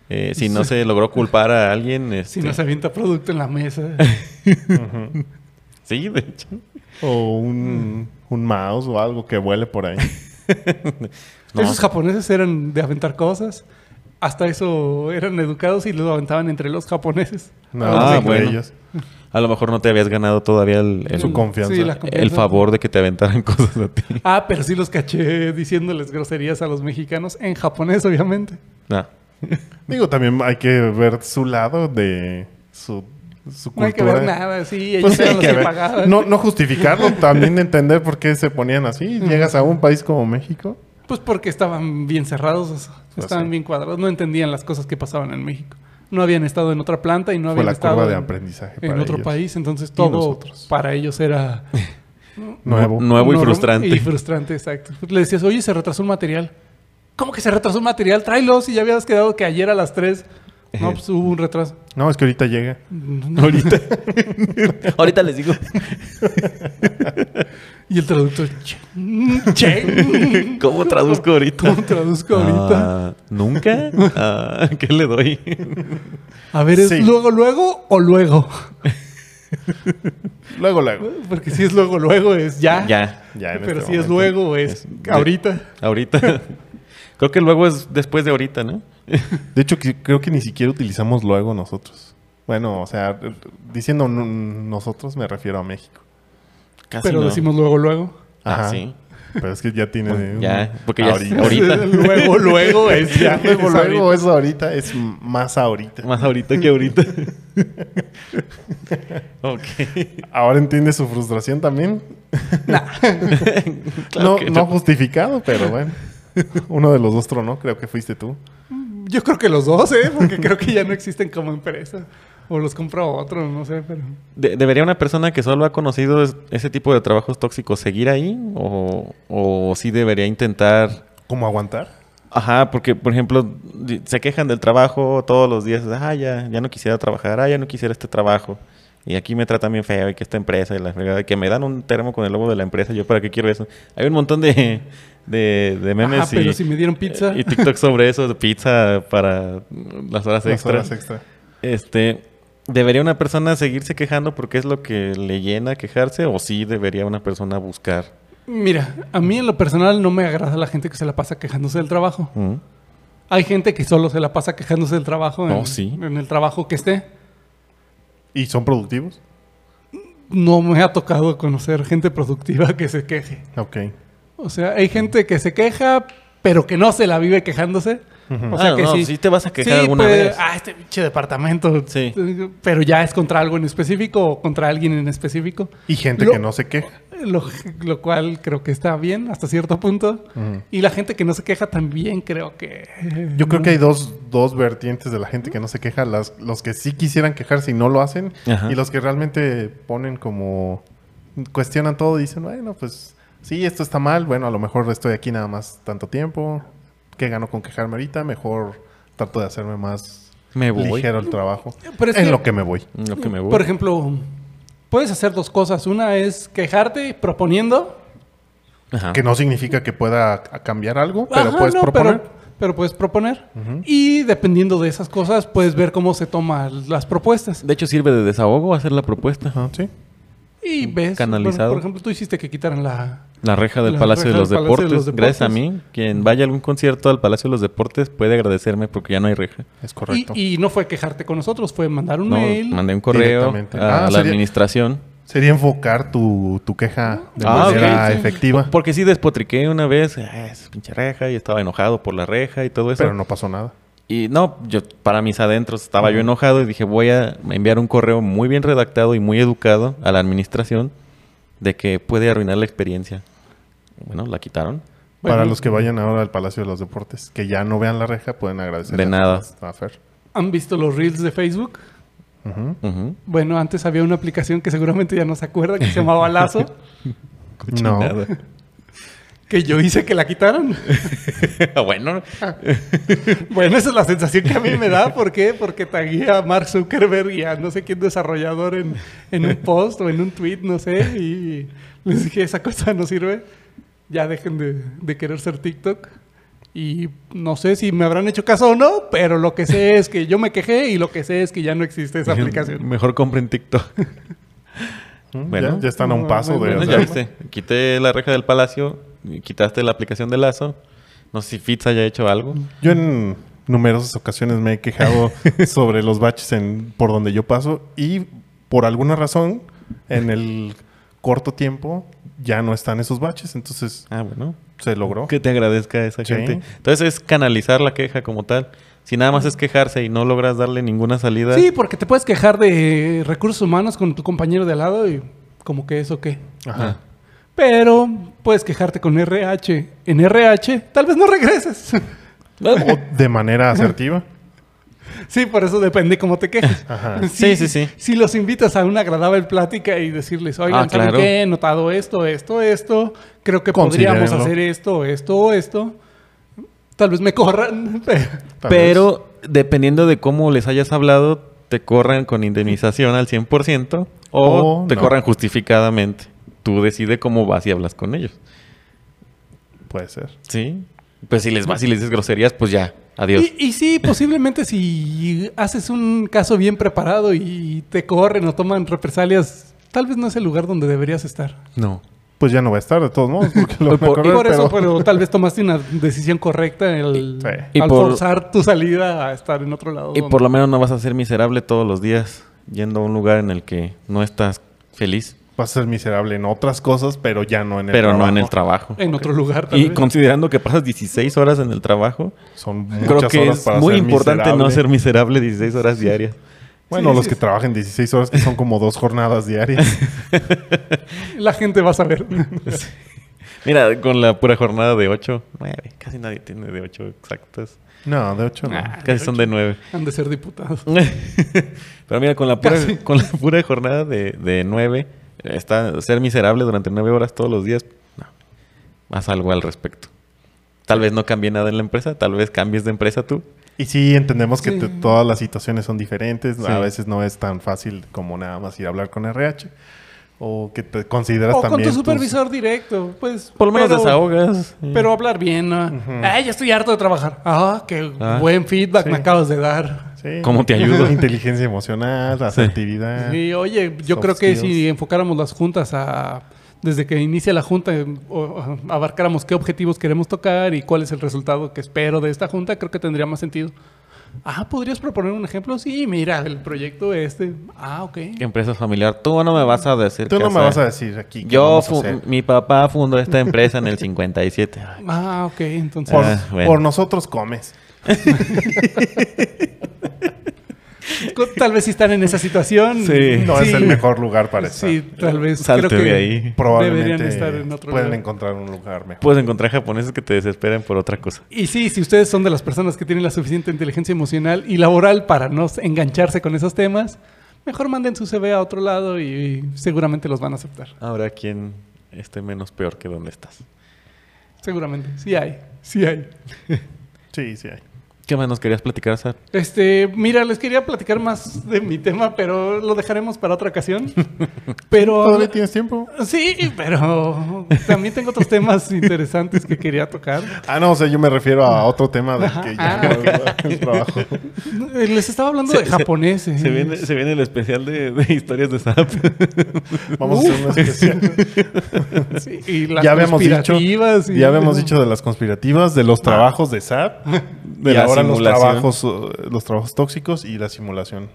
[SPEAKER 1] Eh, si no se logró culpar a alguien.
[SPEAKER 2] Si
[SPEAKER 1] este,
[SPEAKER 2] no se avienta producto en la mesa.
[SPEAKER 3] Ujú.
[SPEAKER 1] Sí, de hecho.
[SPEAKER 3] O un, un mouse o algo que vuele por ahí.
[SPEAKER 1] No.
[SPEAKER 2] Esos japoneses eran de aventar cosas. Hasta eso eran educados y lo aventaban entre los japoneses.
[SPEAKER 3] Nada
[SPEAKER 1] Ah,
[SPEAKER 3] más entre
[SPEAKER 1] bueno.
[SPEAKER 3] ellos.
[SPEAKER 1] A lo mejor no te habías ganado todavía el, el-
[SPEAKER 3] Su confianza.
[SPEAKER 2] Sí, la
[SPEAKER 1] el
[SPEAKER 2] confianza.
[SPEAKER 1] favor de que te aventaran cosas a ti.
[SPEAKER 2] Ah, pero sí los caché diciéndoles groserías a los mexicanos en japonés, obviamente.
[SPEAKER 1] No.
[SPEAKER 3] Digo, también hay que ver su lado de su, su cultura.
[SPEAKER 2] No hay que ver nada, sí. Ellos
[SPEAKER 3] Pues sí,
[SPEAKER 2] eran
[SPEAKER 3] hay
[SPEAKER 2] los
[SPEAKER 3] que
[SPEAKER 2] que,
[SPEAKER 3] ver.
[SPEAKER 2] pagaban.
[SPEAKER 3] No, no justificarlo, también entender por qué se ponían así. Llegas a un país como México.
[SPEAKER 2] Pues porque estaban bien cerrados, o sea,
[SPEAKER 3] Pues
[SPEAKER 2] estaban
[SPEAKER 3] sí.
[SPEAKER 2] bien cuadrados, no entendían las cosas que pasaban en México. No habían estado en otra planta y no
[SPEAKER 3] fue
[SPEAKER 2] habían
[SPEAKER 3] la
[SPEAKER 2] estado
[SPEAKER 3] curva de
[SPEAKER 2] en-
[SPEAKER 3] aprendizaje
[SPEAKER 2] en
[SPEAKER 3] para
[SPEAKER 2] otro
[SPEAKER 3] ellos.
[SPEAKER 2] país, entonces todo
[SPEAKER 3] nosotros.
[SPEAKER 2] para ellos era
[SPEAKER 3] Nuevo.
[SPEAKER 1] Nuevo y
[SPEAKER 2] norm-
[SPEAKER 1] frustrante.
[SPEAKER 2] Y frustrante, exacto. Pues Le decías, oye, se retrasó un material. ¿Cómo que se retrasó un material? Tráelo si ya habías quedado que ayer a las 3. No,
[SPEAKER 1] Eh.
[SPEAKER 2] pues hubo un retraso.
[SPEAKER 3] No, es que ahorita llega.
[SPEAKER 1] Ahorita. Ahorita les digo.
[SPEAKER 2] Y el traductor, che, che,
[SPEAKER 1] ¿Cómo traduzco ahorita?
[SPEAKER 2] ¿cómo traduzco ahorita?
[SPEAKER 1] Ah, ¿Nunca? Ah, ¿Qué le doy?
[SPEAKER 2] A ver, ¿es
[SPEAKER 3] sí.
[SPEAKER 2] luego, luego o luego?
[SPEAKER 3] Luego, luego.
[SPEAKER 2] Porque si es luego, luego es ya.
[SPEAKER 1] ya.
[SPEAKER 3] Ya, en
[SPEAKER 2] Pero
[SPEAKER 3] este
[SPEAKER 2] si es
[SPEAKER 3] momento.
[SPEAKER 2] luego, es,
[SPEAKER 1] es-
[SPEAKER 2] ahorita.
[SPEAKER 1] Ahorita. Creo que luego es después de ahorita, ¿no?
[SPEAKER 3] De hecho, que- creo que ni siquiera utilizamos luego nosotros. Bueno, o sea, diciendo n- nosotros me refiero a México.
[SPEAKER 1] Casi
[SPEAKER 2] Pero
[SPEAKER 1] no.
[SPEAKER 2] decimos luego, luego.
[SPEAKER 1] Ah,
[SPEAKER 3] Ajá.
[SPEAKER 1] sí. Pues,
[SPEAKER 3] Pero es que ya tiene. un-
[SPEAKER 1] ya, porque ya
[SPEAKER 3] ahorita.
[SPEAKER 1] es Ahorita.
[SPEAKER 2] luego, luego es ya.
[SPEAKER 3] Luego,
[SPEAKER 2] es
[SPEAKER 3] luego
[SPEAKER 2] ahorita.
[SPEAKER 3] es ahorita, es más ahorita.
[SPEAKER 1] Más ahorita que ahorita. ok.
[SPEAKER 3] Ahora entiende su frustración también.
[SPEAKER 1] Claro
[SPEAKER 3] no,
[SPEAKER 1] que
[SPEAKER 3] no justificado, pero bueno. Uno de los dos tronó, creo que fuiste tú.
[SPEAKER 2] Yo creo que los dos, ¿eh? Porque creo que ya no existen como empresa. O los compra otro, no sé, pero...
[SPEAKER 1] De- ¿Debería una persona que solo ha conocido es- ese tipo de trabajos tóxicos seguir ahí? ¿O, o sí debería intentar
[SPEAKER 3] ¿Cómo aguantar?
[SPEAKER 1] Ajá, porque por ejemplo di- se quejan del trabajo todos los días, ah, ya, ya no quisiera trabajar, ah, ya no quisiera este trabajo. Y aquí me tratan bien feo y que esta empresa y la fregada, y que me dan un termo con el logo de la empresa, yo para qué quiero eso. Hay un montón de, de, de memes
[SPEAKER 2] Ajá,
[SPEAKER 1] y,
[SPEAKER 2] pero si me dieron pizza...
[SPEAKER 1] y TikTok sobre eso, de pizza para las horas
[SPEAKER 3] Las
[SPEAKER 1] extras.
[SPEAKER 3] horas extra.
[SPEAKER 1] Este, ¿debería una persona seguirse quejando porque es lo que le llena quejarse o sí debería una persona buscar?
[SPEAKER 2] Mira, a mí en lo personal no me agrada la gente que se la pasa quejándose del trabajo.
[SPEAKER 1] ¿Mm?
[SPEAKER 2] Hay gente que solo se la pasa quejándose del trabajo en,
[SPEAKER 1] Oh, sí.
[SPEAKER 2] en el trabajo que esté.
[SPEAKER 3] ¿Y son productivos?
[SPEAKER 2] No me ha tocado conocer gente productiva que se queje.
[SPEAKER 3] Ok.
[SPEAKER 2] O sea, hay gente que se queja, pero que no se la vive quejándose. O sea
[SPEAKER 1] Ah,
[SPEAKER 2] que
[SPEAKER 1] no,
[SPEAKER 2] sí.
[SPEAKER 1] sí te vas a quejar
[SPEAKER 2] Sí,
[SPEAKER 1] alguna
[SPEAKER 2] pues,
[SPEAKER 1] vez.
[SPEAKER 2] Ah, este pinche departamento.
[SPEAKER 1] Sí.
[SPEAKER 2] Pero ya es contra algo en específico o contra alguien en específico.
[SPEAKER 3] Y gente
[SPEAKER 2] Lo-
[SPEAKER 3] que no se queja.
[SPEAKER 2] Lo, lo cual creo que está bien hasta cierto punto. Y la gente que no se queja también creo que...
[SPEAKER 3] Yo creo que
[SPEAKER 1] Mm.
[SPEAKER 3] hay dos, dos vertientes de la gente que no se queja. Las, los que sí quisieran quejarse y no lo hacen.
[SPEAKER 1] Ajá.
[SPEAKER 3] Y los que realmente ponen como... Cuestionan todo y dicen, bueno, pues sí, esto está mal. Bueno, a lo mejor estoy aquí nada más tanto tiempo. ¿Qué gano con quejarme ahorita? Mejor trato de hacerme más
[SPEAKER 1] Me voy.
[SPEAKER 3] ligero el trabajo.
[SPEAKER 2] Pero es
[SPEAKER 3] en
[SPEAKER 2] que-
[SPEAKER 3] lo que me voy.
[SPEAKER 1] Lo que me voy.
[SPEAKER 2] Por ejemplo, puedes hacer dos cosas. Una es quejarte proponiendo.
[SPEAKER 1] Ajá.
[SPEAKER 3] Que no significa que pueda a- cambiar algo, pero
[SPEAKER 2] Ajá,
[SPEAKER 3] puedes
[SPEAKER 2] no,
[SPEAKER 3] proponer.
[SPEAKER 2] Pero, pero puedes proponer. Y dependiendo de esas cosas, puedes ver cómo se toman las propuestas.
[SPEAKER 1] De hecho, sirve de desahogo hacer la propuesta.
[SPEAKER 3] Ajá, Ah, sí.
[SPEAKER 2] Y ves.
[SPEAKER 1] Canalizado.
[SPEAKER 2] Por, por ejemplo, tú hiciste que quitaran la.
[SPEAKER 1] La reja del
[SPEAKER 2] La
[SPEAKER 1] Palacio,
[SPEAKER 2] reja
[SPEAKER 1] de, los
[SPEAKER 2] del Palacio de
[SPEAKER 1] Deportes.
[SPEAKER 2] los
[SPEAKER 1] Gracias a
[SPEAKER 2] Deportes.
[SPEAKER 1] mí, quien vaya a algún concierto al Palacio de los Deportes puede agradecerme porque ya no hay reja.
[SPEAKER 3] Es
[SPEAKER 2] Y,
[SPEAKER 3] correcto.
[SPEAKER 2] y no fue quejarte con nosotros, fue mandar un
[SPEAKER 1] No,
[SPEAKER 2] mail.
[SPEAKER 1] mandé un correo
[SPEAKER 3] Directamente.
[SPEAKER 1] a
[SPEAKER 3] Ah,
[SPEAKER 1] la
[SPEAKER 3] sería-
[SPEAKER 1] administración.
[SPEAKER 3] Sería enfocar tu, tu queja de
[SPEAKER 1] Ah,
[SPEAKER 3] manera
[SPEAKER 1] ok,
[SPEAKER 2] sí.
[SPEAKER 3] efectiva.
[SPEAKER 1] Porque ah, sí despotriqué una vez, "Ah, esa pinche reja, y estaba enojado por la reja y todo eso.
[SPEAKER 3] Pero no pasó nada.
[SPEAKER 1] Y no, yo para mis adentros estaba yo enojado y dije, voy a enviar un correo muy bien redactado y muy educado a la administración de que puede arruinar la experiencia. Bueno, la quitaron.
[SPEAKER 3] Para
[SPEAKER 2] Bueno.
[SPEAKER 3] los que vayan ahora al Palacio de los Deportes, que ya no vean la reja, pueden agradecer.
[SPEAKER 1] De
[SPEAKER 3] a-
[SPEAKER 1] nada.
[SPEAKER 3] A Fer.
[SPEAKER 2] ¿Han visto los reels de Facebook?
[SPEAKER 3] Ujú.
[SPEAKER 1] Ujú.
[SPEAKER 2] Bueno, antes había una aplicación que seguramente ya no se acuerdan que se llamaba Lazo,
[SPEAKER 3] No.
[SPEAKER 2] que yo hice que la quitaran.
[SPEAKER 1] bueno,
[SPEAKER 2] Bueno, esa es la sensación que a mí me da. ¿Por qué? Porque tagué a Mark Zuckerberg y a no sé quién desarrollador en, en un post o en un tweet, no sé. Y les dije, esa cosa no sirve. Ya dejen de, de querer ser TikTok. Y no sé si me habrán hecho caso o no, pero lo que sé es que yo me quejé y lo que sé es que ya no existe esa aplicación.
[SPEAKER 1] mejor compren TikTok.
[SPEAKER 3] Ujú.
[SPEAKER 1] Bueno.
[SPEAKER 3] ya, ya están a un
[SPEAKER 2] No,
[SPEAKER 3] paso de.
[SPEAKER 2] bueno,
[SPEAKER 1] Bueno,
[SPEAKER 3] hacer-
[SPEAKER 1] ya viste, quité la reja del palacio, quitaste la aplicación de Lazo. No sé si Fitz haya hecho algo.
[SPEAKER 3] Yo en numerosas ocasiones me he quejado sobre los baches en, por donde yo paso y por alguna razón en el corto tiempo ya no están esos baches, entonces
[SPEAKER 1] Ah, bueno.
[SPEAKER 3] se logró.
[SPEAKER 1] Que te agradezca a esa
[SPEAKER 3] Sí.
[SPEAKER 1] gente. Entonces es canalizar la queja como tal. Si nada más es quejarse y no logras darle ninguna salida,
[SPEAKER 2] Sí, porque te puedes quejar de recursos humanos con tu compañero de al lado y como que eso qué.
[SPEAKER 3] Ajá.
[SPEAKER 2] Pero puedes quejarte con RH. En RH tal vez no regreses.
[SPEAKER 1] Ah.
[SPEAKER 3] O de manera asertiva.
[SPEAKER 2] Sí, por eso depende cómo te quejes.
[SPEAKER 3] Ajá.
[SPEAKER 1] Ah. Sí, sí, sí.
[SPEAKER 2] Si los invitas a una agradable plática y decirles, oigan,
[SPEAKER 1] Ah,
[SPEAKER 2] ¿saben
[SPEAKER 1] claro.
[SPEAKER 2] qué? He notado esto, esto, esto. Creo que podríamos
[SPEAKER 3] Considérenlo.
[SPEAKER 2] hacer esto, esto, esto. Tal vez me corran.
[SPEAKER 3] Tal vez.
[SPEAKER 1] Pero dependiendo de cómo les hayas hablado, te corran con indemnización al 100% o
[SPEAKER 3] O
[SPEAKER 1] te
[SPEAKER 3] no.
[SPEAKER 1] corran justificadamente. Tú decides cómo vas y hablas con ellos.
[SPEAKER 3] Puede ser.
[SPEAKER 1] Sí. Pues si les vas y les dices groserías, pues ya, adiós.
[SPEAKER 2] Y, y sí, posiblemente si haces un caso bien preparado y te corren o toman represalias, tal vez no es el lugar donde deberías estar.
[SPEAKER 1] No.
[SPEAKER 3] Pues ya no va a estar de todos modos. Porque lo van a
[SPEAKER 1] Por-
[SPEAKER 3] correr,
[SPEAKER 2] por eso,
[SPEAKER 3] pero-
[SPEAKER 2] pero tal vez tomaste una decisión correcta el-
[SPEAKER 3] Sí.
[SPEAKER 1] Y
[SPEAKER 2] al
[SPEAKER 1] por-
[SPEAKER 2] forzar tu salida a estar en otro lado.
[SPEAKER 1] Y
[SPEAKER 2] donde-
[SPEAKER 1] por lo menos no vas a ser miserable todos los días yendo a un lugar en el que no estás feliz,
[SPEAKER 3] vas a ser miserable en otras cosas, pero ya no en el
[SPEAKER 1] pero
[SPEAKER 3] trabajo.
[SPEAKER 1] no en el trabajo.
[SPEAKER 2] en otro lugar. tal
[SPEAKER 1] Y
[SPEAKER 2] vez.
[SPEAKER 1] considerando que pasas 16 horas en el trabajo,
[SPEAKER 3] Son
[SPEAKER 1] creo
[SPEAKER 3] muchas
[SPEAKER 1] que
[SPEAKER 3] horas
[SPEAKER 1] es
[SPEAKER 3] para
[SPEAKER 1] muy
[SPEAKER 3] ser
[SPEAKER 1] importante no
[SPEAKER 3] miserable.
[SPEAKER 1] ser miserable 16 horas diarias.
[SPEAKER 3] Bueno,
[SPEAKER 2] Sí,
[SPEAKER 3] los
[SPEAKER 2] sí,
[SPEAKER 3] que
[SPEAKER 2] sí.
[SPEAKER 3] trabajen 16 horas, que son como dos jornadas diarias.
[SPEAKER 2] La gente va a saber.
[SPEAKER 1] Mira, con la pura jornada de 8, 9, casi nadie tiene de 8 exactas. Ah,
[SPEAKER 3] No, de hecho no.
[SPEAKER 1] casi son de 9.
[SPEAKER 2] Han de ser diputados.
[SPEAKER 1] Pero mira, con la pura,
[SPEAKER 2] Casi.
[SPEAKER 1] con la pura jornada de, de 9, está, ser miserable durante 9 horas todos los días, no. Haz algo al respecto. Tal vez no cambie nada en la empresa, tal vez cambies de empresa tú.
[SPEAKER 3] Y sí, entendemos que
[SPEAKER 2] Sí.
[SPEAKER 3] te- todas las situaciones son diferentes.
[SPEAKER 1] Sí.
[SPEAKER 3] A veces no es tan fácil como nada más ir a hablar con RH. O que te consideras
[SPEAKER 2] o con
[SPEAKER 3] también.
[SPEAKER 2] tu
[SPEAKER 3] tus-
[SPEAKER 2] supervisor directo. Pues,
[SPEAKER 1] Por lo menos
[SPEAKER 2] pero-
[SPEAKER 1] desahogas.
[SPEAKER 2] Pero hablar bien. ¿no? Ay, ya estoy harto de trabajar. Ah, qué
[SPEAKER 1] Ah.
[SPEAKER 2] buen feedback
[SPEAKER 3] Sí.
[SPEAKER 2] me acabas de dar.
[SPEAKER 3] Sí.
[SPEAKER 1] ¿Cómo te ayudo?
[SPEAKER 3] Inteligencia emocional, asertividad.
[SPEAKER 2] Sí, oye, yo
[SPEAKER 3] Soft
[SPEAKER 2] creo que
[SPEAKER 3] skills.
[SPEAKER 2] si enfocáramos las juntas a desde que inicia la junta, eh, o- a- abarcáramos qué objetivos queremos tocar y cuál es el resultado que espero de esta junta, creo que tendría más sentido. Ah, ¿podrías proponer un ejemplo? Sí, mira, el proyecto este. Ah, ok.
[SPEAKER 1] ¿Qué empresa familiar? Tú no me vas a decir
[SPEAKER 3] Tú
[SPEAKER 1] qué
[SPEAKER 3] no me
[SPEAKER 1] hacer.
[SPEAKER 3] vas a decir aquí. qué
[SPEAKER 1] Yo,
[SPEAKER 3] vamos a
[SPEAKER 1] fu-
[SPEAKER 3] hacer.
[SPEAKER 1] mi papá fundó esta empresa en el 57. Ay,
[SPEAKER 2] Ah, ok, entonces.
[SPEAKER 3] Por,
[SPEAKER 1] Ah, bueno.
[SPEAKER 3] por nosotros comes.
[SPEAKER 2] Co- Tal vez si están en esa situación.
[SPEAKER 1] Sí.
[SPEAKER 3] No es
[SPEAKER 2] sí,
[SPEAKER 3] el mejor lugar para estar.
[SPEAKER 2] Sí, tal vez.
[SPEAKER 1] Salte
[SPEAKER 2] creo que
[SPEAKER 1] de ahí.
[SPEAKER 3] Probablemente
[SPEAKER 2] Deberían estar en otro
[SPEAKER 3] pueden
[SPEAKER 2] lugar.
[SPEAKER 3] encontrar un lugar mejor.
[SPEAKER 1] Puedes encontrar japoneses que te desesperan por otra cosa.
[SPEAKER 2] Y sí, si ustedes son de las personas que tienen la suficiente inteligencia emocional y laboral para no engancharse con esos temas, mejor manden su CV a otro lado y seguramente los van a aceptar.
[SPEAKER 1] Ahora, ¿quién esté menos peor que donde estás?
[SPEAKER 2] Seguramente. Sí hay. Sí hay.
[SPEAKER 3] Sí, sí. hay.
[SPEAKER 1] ¿Qué más nos querías platicar, Sar?
[SPEAKER 2] Este, mira, les quería platicar más de mi tema, pero lo dejaremos para otra ocasión. Pero
[SPEAKER 3] ¿Todavía tienes tiempo?
[SPEAKER 2] sí, pero también tengo otros temas interesantes que quería tocar.
[SPEAKER 3] Ah, no, o sea, yo me refiero a otro tema del que ya
[SPEAKER 2] Ah,
[SPEAKER 3] no el trabajo.
[SPEAKER 2] Eh, Les estaba hablando
[SPEAKER 1] Se-
[SPEAKER 2] de
[SPEAKER 1] se-
[SPEAKER 2] japoneses.
[SPEAKER 1] Se viene, se viene el especial de, de historias de SAP.
[SPEAKER 3] Vamos a hacer una especial.
[SPEAKER 2] Sí, y las
[SPEAKER 3] ya habíamos dicho,
[SPEAKER 2] conspirativas y-
[SPEAKER 3] ya habíamos dicho de las conspirativas, de los trabajos de SAP,
[SPEAKER 1] De
[SPEAKER 3] y
[SPEAKER 1] la
[SPEAKER 3] ahora
[SPEAKER 1] simulación.
[SPEAKER 3] los trabajos, eh, los trabajos tóxicos y la simulación.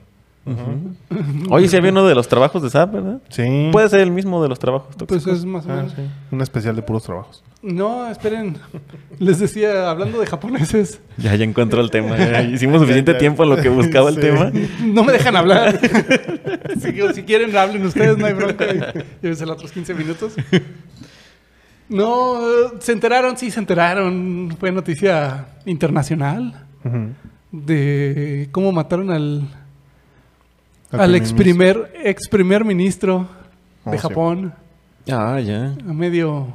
[SPEAKER 1] Oye, sí había uno de los trabajos de SAP, ¿verdad?
[SPEAKER 3] Sí.
[SPEAKER 1] Puede ser el mismo de los trabajos
[SPEAKER 2] Pues
[SPEAKER 1] tóxicos.
[SPEAKER 2] es más o
[SPEAKER 3] Ah,
[SPEAKER 2] menos.
[SPEAKER 3] sí. Un especial de puros trabajos.
[SPEAKER 2] No, esperen. Les decía, hablando de japoneses,
[SPEAKER 1] Ya, ya encontró el tema. ya. Hicimos suficiente
[SPEAKER 3] Ya, ya.
[SPEAKER 1] tiempo en lo que buscaba el
[SPEAKER 3] Sí.
[SPEAKER 1] tema.
[SPEAKER 2] no me dejan hablar. si, si quieren, hablen ustedes, no hay bronca. Llévense los otros 15 minutos. No, eh, se enteraron, sí, se enteraron. Fue noticia internacional
[SPEAKER 3] Ujú.
[SPEAKER 2] de cómo mataron al,
[SPEAKER 3] Al
[SPEAKER 2] al ex,
[SPEAKER 3] primer
[SPEAKER 2] primer, ex primer ministro de
[SPEAKER 3] Oh, sí.
[SPEAKER 2] Japón
[SPEAKER 1] Ah, ya.
[SPEAKER 2] a medio,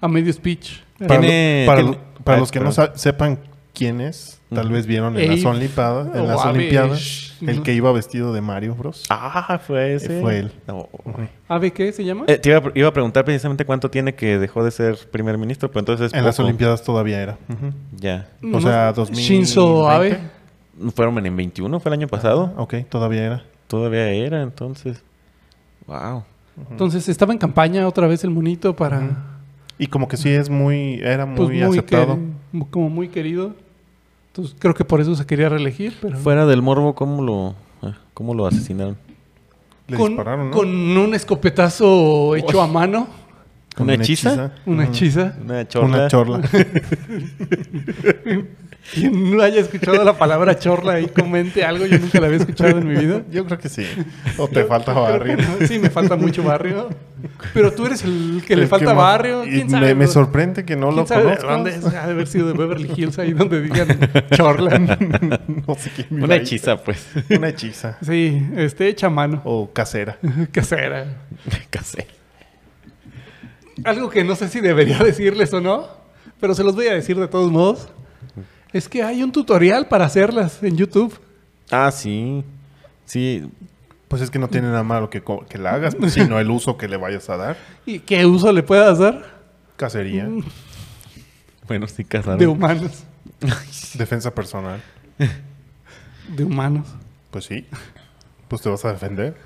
[SPEAKER 2] a medio speech.
[SPEAKER 3] Para,
[SPEAKER 1] Tiene-
[SPEAKER 3] lo- para
[SPEAKER 1] tiene-
[SPEAKER 3] lo- para
[SPEAKER 1] Ay,
[SPEAKER 3] los que no
[SPEAKER 1] perdón.
[SPEAKER 3] sa- sepan quién es, tal
[SPEAKER 1] Ujú.
[SPEAKER 3] vez vieron en las
[SPEAKER 2] Ey,
[SPEAKER 3] Olimpiadas, en las
[SPEAKER 2] guave.
[SPEAKER 3] Olimpiadas, el
[SPEAKER 2] Ujú.
[SPEAKER 3] que iba vestido de Mario Bros.
[SPEAKER 1] Ah, fue ese.
[SPEAKER 3] Fue él.
[SPEAKER 1] No.
[SPEAKER 2] ¿Ave qué se llama?
[SPEAKER 1] Eh, te iba a, iba a preguntar precisamente cuánto tiene que dejó de ser primer ministro, pero entonces. es
[SPEAKER 3] en las
[SPEAKER 1] poco.
[SPEAKER 3] Olimpiadas todavía era. Ujú.
[SPEAKER 1] Ya.
[SPEAKER 3] o sea, 2020.
[SPEAKER 2] Shinzo Abe.
[SPEAKER 1] Fueron en el 21, fue el año pasado.
[SPEAKER 3] Ok, todavía era.
[SPEAKER 1] Todavía era, entonces. Wow.
[SPEAKER 2] Entonces estaba en campaña otra vez el monito para...
[SPEAKER 3] Y como que sí es muy, era muy,
[SPEAKER 2] pues, muy,
[SPEAKER 3] aceptado.
[SPEAKER 2] queri- como muy querido. Entonces creo que por eso se quería reelegir, pero
[SPEAKER 1] Fuera del morbo, ¿cómo lo, ah, cómo lo asesinaron?
[SPEAKER 3] Le
[SPEAKER 2] con,
[SPEAKER 3] dispararon, ¿no?
[SPEAKER 2] con un escopetazo hecho a mano,
[SPEAKER 1] ¿Una hechiza?
[SPEAKER 2] una
[SPEAKER 3] Ujú.
[SPEAKER 2] hechiza.
[SPEAKER 1] Una
[SPEAKER 3] Con
[SPEAKER 1] chorla.
[SPEAKER 3] Una chorla.
[SPEAKER 2] Quien no haya escuchado la palabra chorla ahí comente algo, yo nunca la había escuchado en mi vida.
[SPEAKER 3] Yo creo que sí. O te falta Ah, barrio.
[SPEAKER 2] Sí, me falta mucho barrio. Pero tú eres el que le
[SPEAKER 3] El
[SPEAKER 2] falta
[SPEAKER 3] más-
[SPEAKER 2] barrio.
[SPEAKER 3] y
[SPEAKER 2] ¿Quién
[SPEAKER 3] me-
[SPEAKER 2] sabe?
[SPEAKER 3] me, sorprende que no
[SPEAKER 2] ¿Quién
[SPEAKER 3] lo
[SPEAKER 2] sabe de
[SPEAKER 3] conozcas.
[SPEAKER 2] dónde es? Ha de haber sido de Beverly Hills, ahí donde digan chorla.
[SPEAKER 3] no sé quién vive
[SPEAKER 1] Una
[SPEAKER 3] ahí.
[SPEAKER 1] hechiza, pues.
[SPEAKER 3] Una hechiza.
[SPEAKER 2] Sí, este, hecha a mano.
[SPEAKER 3] O casera.
[SPEAKER 2] Casera.
[SPEAKER 1] Casé.
[SPEAKER 2] Algo que no sé si debería decirles o no, pero se los voy a decir de todos modos. Es que hay un tutorial para hacerlas en YouTube.
[SPEAKER 1] Ah, sí. Sí.
[SPEAKER 3] Pues es que no tiene nada malo que, co- que la hagas, pues, sino el uso que le vayas a dar.
[SPEAKER 2] ¿Y qué uso le puedas dar?
[SPEAKER 3] Cacería,
[SPEAKER 1] Bueno, sí casaron.
[SPEAKER 2] De humanos.
[SPEAKER 3] defensa personal.
[SPEAKER 2] De humanos.
[SPEAKER 3] Pues sí. Pues te vas a defender.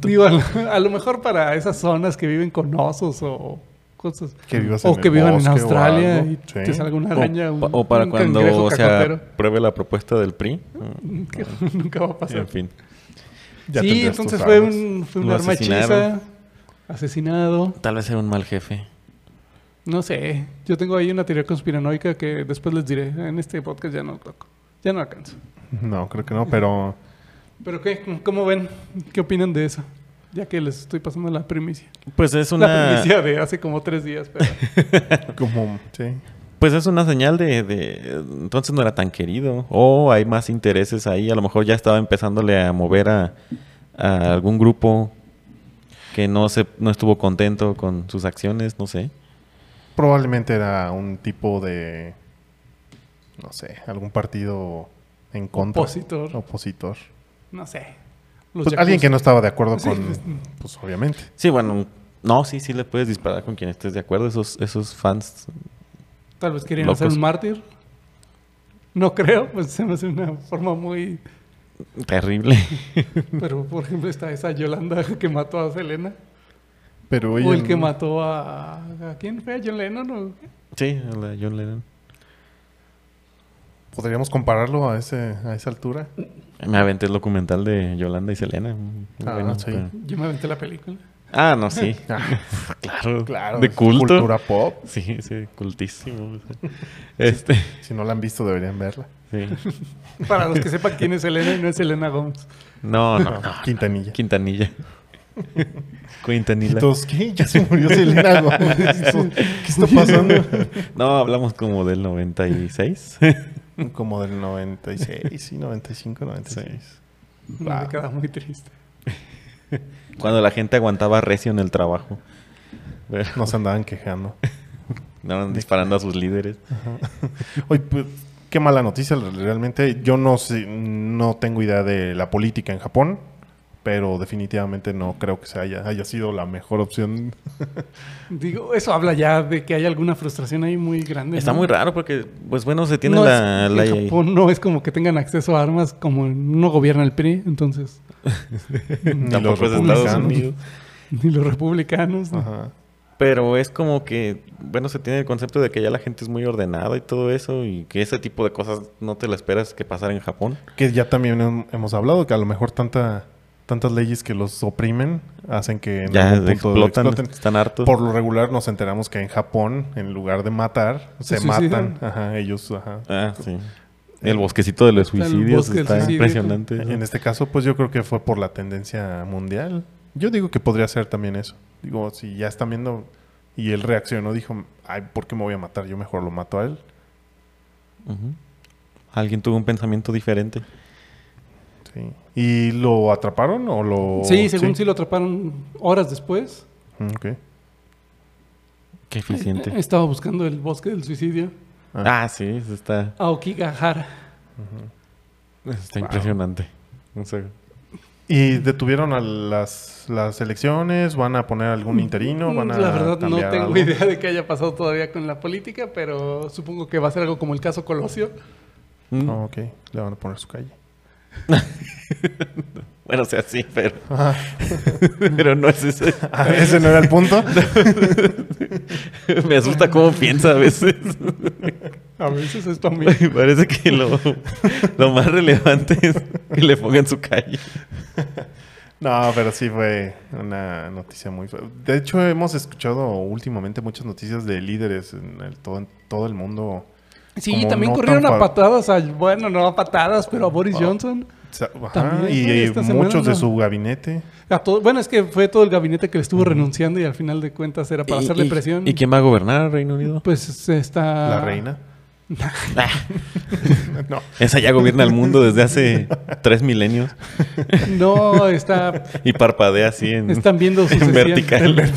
[SPEAKER 2] Digo, a lo, a lo mejor para esas zonas que viven con osos o cosas.
[SPEAKER 3] Que vivas en
[SPEAKER 2] o
[SPEAKER 3] el
[SPEAKER 2] que vivan en
[SPEAKER 3] bosque o
[SPEAKER 2] Australia
[SPEAKER 3] algo.
[SPEAKER 2] y
[SPEAKER 3] Sí.
[SPEAKER 2] te salga una
[SPEAKER 1] O-
[SPEAKER 2] araña.
[SPEAKER 1] o,
[SPEAKER 2] un-
[SPEAKER 1] para
[SPEAKER 2] un
[SPEAKER 1] cuando
[SPEAKER 2] cangrejo
[SPEAKER 1] se
[SPEAKER 2] cacotero,
[SPEAKER 1] apruebe la propuesta del PRI. Mm,
[SPEAKER 2] que nunca va a pasar.
[SPEAKER 1] En fin.
[SPEAKER 3] Ya
[SPEAKER 2] sí,
[SPEAKER 3] tendrías tus
[SPEAKER 2] entonces fue
[SPEAKER 3] armas.
[SPEAKER 2] un, fue un
[SPEAKER 1] Lo
[SPEAKER 2] arma
[SPEAKER 1] asesinaron.
[SPEAKER 2] hechiza. Asesinado.
[SPEAKER 1] Tal vez sea un mal jefe.
[SPEAKER 2] No sé. Yo tengo ahí una teoría conspiranoica que después les diré. En este podcast ya no toco. Ya no alcanzo.
[SPEAKER 3] No, creo que no, pero...
[SPEAKER 2] ¿Pero qué? ¿Cómo ven? ¿Qué opinan de eso? Ya que les estoy pasando la primicia.
[SPEAKER 1] Pues es
[SPEAKER 2] La
[SPEAKER 1] una.
[SPEAKER 2] primicia de hace como tres días. Pero...
[SPEAKER 3] Como... Sí.
[SPEAKER 1] Pues es una señal de, de- Entonces no era tan querido. O hay más intereses ahí. A lo mejor ya estaba empezándole a mover a, a algún grupo que no, se, no estuvo contento con sus acciones. No sé.
[SPEAKER 3] Probablemente era un tipo de... No sé, algún partido en contra.
[SPEAKER 2] Opositor.
[SPEAKER 3] Opositor.
[SPEAKER 2] No sé. Los
[SPEAKER 3] Pues alguien
[SPEAKER 2] yakuza.
[SPEAKER 3] que no estaba de acuerdo
[SPEAKER 2] Sí,
[SPEAKER 3] con...
[SPEAKER 2] pues-
[SPEAKER 3] Pues obviamente.
[SPEAKER 1] Sí, bueno. No, sí, sí le puedes disparar con quien estés de acuerdo. Esos, esos fans.
[SPEAKER 2] Tal vez querían
[SPEAKER 1] Locos.
[SPEAKER 2] hacer un mártir. No creo, pues se me hace una forma muy...
[SPEAKER 1] Terrible.
[SPEAKER 2] Pero, por ejemplo, está esa Yolanda que mató a Selena.
[SPEAKER 3] Pero
[SPEAKER 2] o
[SPEAKER 3] ella
[SPEAKER 2] el que
[SPEAKER 3] no-
[SPEAKER 2] mató a... ¿A quién fue? ¿A John Lennon? o qué?
[SPEAKER 1] Sí, a la John Lennon.
[SPEAKER 3] ¿Podríamos compararlo a, ese, a esa altura?
[SPEAKER 1] Me aventé el documental de Yolanda y Selena. Muy
[SPEAKER 3] Ah, sí.
[SPEAKER 1] pero-
[SPEAKER 2] Yo me aventé la película.
[SPEAKER 1] Ah, no, sí. pues claro, De
[SPEAKER 3] es
[SPEAKER 1] culto.
[SPEAKER 3] Cultura pop.
[SPEAKER 1] Sí, sí, cultísimo. Este,
[SPEAKER 3] Si no la han visto, deberían verla.
[SPEAKER 1] sí.
[SPEAKER 2] Para los que sepan quién es Selena y no es Selena Gómez.
[SPEAKER 1] No, no, no.
[SPEAKER 3] Ah, Quintanilla.
[SPEAKER 1] Quintanilla.
[SPEAKER 3] Y
[SPEAKER 1] Quintanilla.
[SPEAKER 3] todos, ¿qué? Ya se murió Selena Gómez. ¿Qué está pasando?
[SPEAKER 1] No, hablamos como del 96.
[SPEAKER 3] Como del 96, sí, 95, 96.
[SPEAKER 2] Una década muy triste.
[SPEAKER 1] Cuando la gente aguantaba recio en el trabajo. Pero
[SPEAKER 3] No se andaban quejando.
[SPEAKER 1] andaban disparando a sus líderes.
[SPEAKER 3] Oye, pues, qué mala noticia realmente. Yo no sé, no tengo idea de la política en Japón, pero definitivamente no creo que se haya, haya sido la mejor opción.
[SPEAKER 2] Digo, eso habla ya de que hay alguna frustración ahí muy grande.
[SPEAKER 1] Está
[SPEAKER 2] ¿no?
[SPEAKER 1] muy raro porque, pues bueno, se tiene
[SPEAKER 2] No es-
[SPEAKER 1] la, la-
[SPEAKER 2] en Japón no es como que tengan acceso a armas como no gobierna el PRI, entonces
[SPEAKER 3] Ni
[SPEAKER 1] Tampoco
[SPEAKER 3] los
[SPEAKER 1] es Estados
[SPEAKER 3] republicanos.
[SPEAKER 1] Unidos.
[SPEAKER 2] ni los republicanos. ni-
[SPEAKER 3] Ajá.
[SPEAKER 1] Pero es como que, bueno, se tiene el concepto de que ya la gente es muy ordenada y todo eso, y que ese tipo de cosas no te la esperas que pasar en Japón.
[SPEAKER 3] Que ya también hem- hemos hablado que a lo mejor tanta, tantas leyes que los oprimen hacen que en
[SPEAKER 1] ya
[SPEAKER 3] algún punto lo
[SPEAKER 1] explotan,
[SPEAKER 3] exploten.
[SPEAKER 1] están hartos.
[SPEAKER 3] Por lo regular nos enteramos que en Japón, en lugar de matar,
[SPEAKER 2] Se
[SPEAKER 3] se,
[SPEAKER 2] suicidan.
[SPEAKER 3] matan. Ajá, ellos, ajá.
[SPEAKER 1] Ah, sí. El bosquecito de los
[SPEAKER 2] el
[SPEAKER 1] suicidios
[SPEAKER 2] bosque del
[SPEAKER 1] está
[SPEAKER 2] suicidio.
[SPEAKER 1] impresionante.
[SPEAKER 3] En este caso, pues yo creo que fue por la tendencia mundial. Yo digo que podría ser también eso. Digo, si ya están viendo y él reaccionó, dijo, ay, ¿por qué me voy a matar? Yo mejor lo mato a él.
[SPEAKER 1] Ujú. Alguien tuvo un pensamiento diferente.
[SPEAKER 3] Sí. ¿Y lo atraparon o lo...?
[SPEAKER 2] sí, según sí. lo atraparon horas después.
[SPEAKER 3] Mm, ok.
[SPEAKER 1] Qué eficiente.
[SPEAKER 2] Eh, Estaba buscando el bosque del suicidio.
[SPEAKER 3] Ah.
[SPEAKER 1] Ah, sí, eso está,
[SPEAKER 2] Aokigahara.
[SPEAKER 1] eso está
[SPEAKER 3] Wow.
[SPEAKER 1] impresionante. O sea,
[SPEAKER 3] ¿Y detuvieron a las, las elecciones? ¿Van a poner algún interino? ¿Van a
[SPEAKER 2] La verdad no
[SPEAKER 3] cambiar
[SPEAKER 2] tengo
[SPEAKER 3] algo?
[SPEAKER 2] idea de qué haya pasado todavía con la política, pero supongo que va a ser algo como el caso Colosio.
[SPEAKER 1] mm,
[SPEAKER 3] Ah, ok, le van a poner su calle.
[SPEAKER 1] Bueno, o sea, sí, pero, pero no es eso.
[SPEAKER 3] Ah, ese no era el punto.
[SPEAKER 1] Me asusta cómo piensa a veces.
[SPEAKER 2] A veces esto a mí.
[SPEAKER 1] Me parece que lo, lo más relevante es que le pongan su calle.
[SPEAKER 3] No, pero sí fue una noticia muy fea. De hecho, hemos escuchado últimamente muchas noticias de líderes en el- todo, en todo el mundo.
[SPEAKER 2] Sí,
[SPEAKER 3] Como
[SPEAKER 2] también
[SPEAKER 3] no
[SPEAKER 2] corrieron
[SPEAKER 3] tan Ah.
[SPEAKER 2] a
[SPEAKER 3] pa-
[SPEAKER 2] patadas a, bueno, no a patadas, pero a Boris Johnson.
[SPEAKER 3] O sea, ajá,
[SPEAKER 2] También,
[SPEAKER 3] y
[SPEAKER 2] güey,
[SPEAKER 3] eh,
[SPEAKER 2] esta semana
[SPEAKER 3] muchos de
[SPEAKER 2] no.
[SPEAKER 3] su gabinete.
[SPEAKER 2] A todo- bueno, es que fue todo el gabinete que le estuvo renunciando y al final de cuentas era para
[SPEAKER 1] ¿Y-
[SPEAKER 2] hacerle
[SPEAKER 1] y-
[SPEAKER 2] presión.
[SPEAKER 1] ¿Y quién va a gobernar Reino Unido?
[SPEAKER 2] Pues está...
[SPEAKER 3] La reina. no.
[SPEAKER 1] Esa ya gobierna el mundo desde hace tres milenios
[SPEAKER 2] No, está...
[SPEAKER 1] y parpadea así en,
[SPEAKER 2] Están viendo
[SPEAKER 1] en
[SPEAKER 2] sucesión.
[SPEAKER 1] vertical.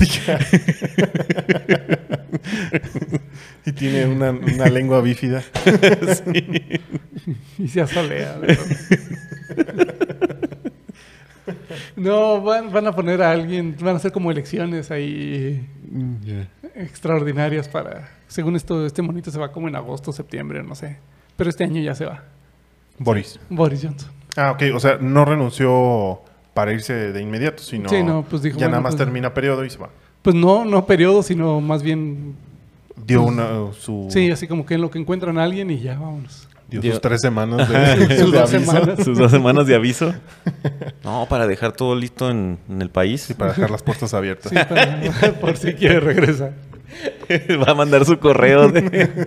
[SPEAKER 3] y tiene una, una lengua bífida.
[SPEAKER 1] Sí.
[SPEAKER 2] Y se asolea. ¿no? No, van, van a poner a alguien, van a hacer como elecciones ahí
[SPEAKER 1] Mm,
[SPEAKER 2] extraordinarias para... Según esto, este monito se va como en agosto, septiembre, no sé. Pero este año ya se va.
[SPEAKER 3] Boris.
[SPEAKER 2] Boris Johnson.
[SPEAKER 3] Ah, ok. O sea, no renunció para irse de inmediato, sino
[SPEAKER 2] Sí, no, pues dijo,
[SPEAKER 3] ya nada
[SPEAKER 2] bueno,
[SPEAKER 3] más
[SPEAKER 2] pues-
[SPEAKER 3] termina periodo y se va.
[SPEAKER 2] Pues no, no periodo, sino más bien...
[SPEAKER 3] Dio una, su,
[SPEAKER 2] pues Sí, así como que en lo que encuentran a alguien y ya, vámonos.
[SPEAKER 3] dio
[SPEAKER 1] Dio-
[SPEAKER 3] sus tres semanas
[SPEAKER 1] Ajá.
[SPEAKER 3] de,
[SPEAKER 2] Sus
[SPEAKER 3] de
[SPEAKER 2] dos
[SPEAKER 3] aviso
[SPEAKER 2] semanas.
[SPEAKER 1] Sus dos semanas de aviso. No, para dejar todo listo en, en el país.
[SPEAKER 3] y para dejar las puertas abiertas.
[SPEAKER 2] Sí, para- por si quiere regresar.
[SPEAKER 1] Va a mandar su correo de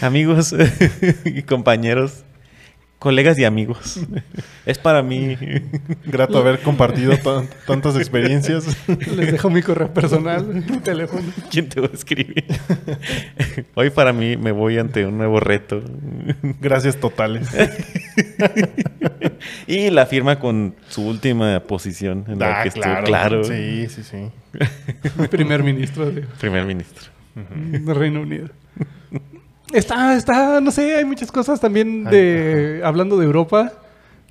[SPEAKER 1] amigos y compañeros, colegas y amigos. Es para mí.
[SPEAKER 3] Grato haber compartido tan- tantas experiencias.
[SPEAKER 2] Les dejo mi correo personal, mi teléfono.
[SPEAKER 1] ¿Quién te va a escribir? Hoy para mí me voy ante un nuevo reto.
[SPEAKER 3] Gracias totales.
[SPEAKER 1] Y la firma con su última posición en la
[SPEAKER 3] Ah,
[SPEAKER 1] que estuvo claro.
[SPEAKER 3] Sí, sí, sí.
[SPEAKER 2] Primer ministro de-
[SPEAKER 1] Primer ministro.
[SPEAKER 2] de Reino Unido. Está, está, no sé, hay muchas cosas también
[SPEAKER 3] Ay,
[SPEAKER 2] de, hablando de Europa,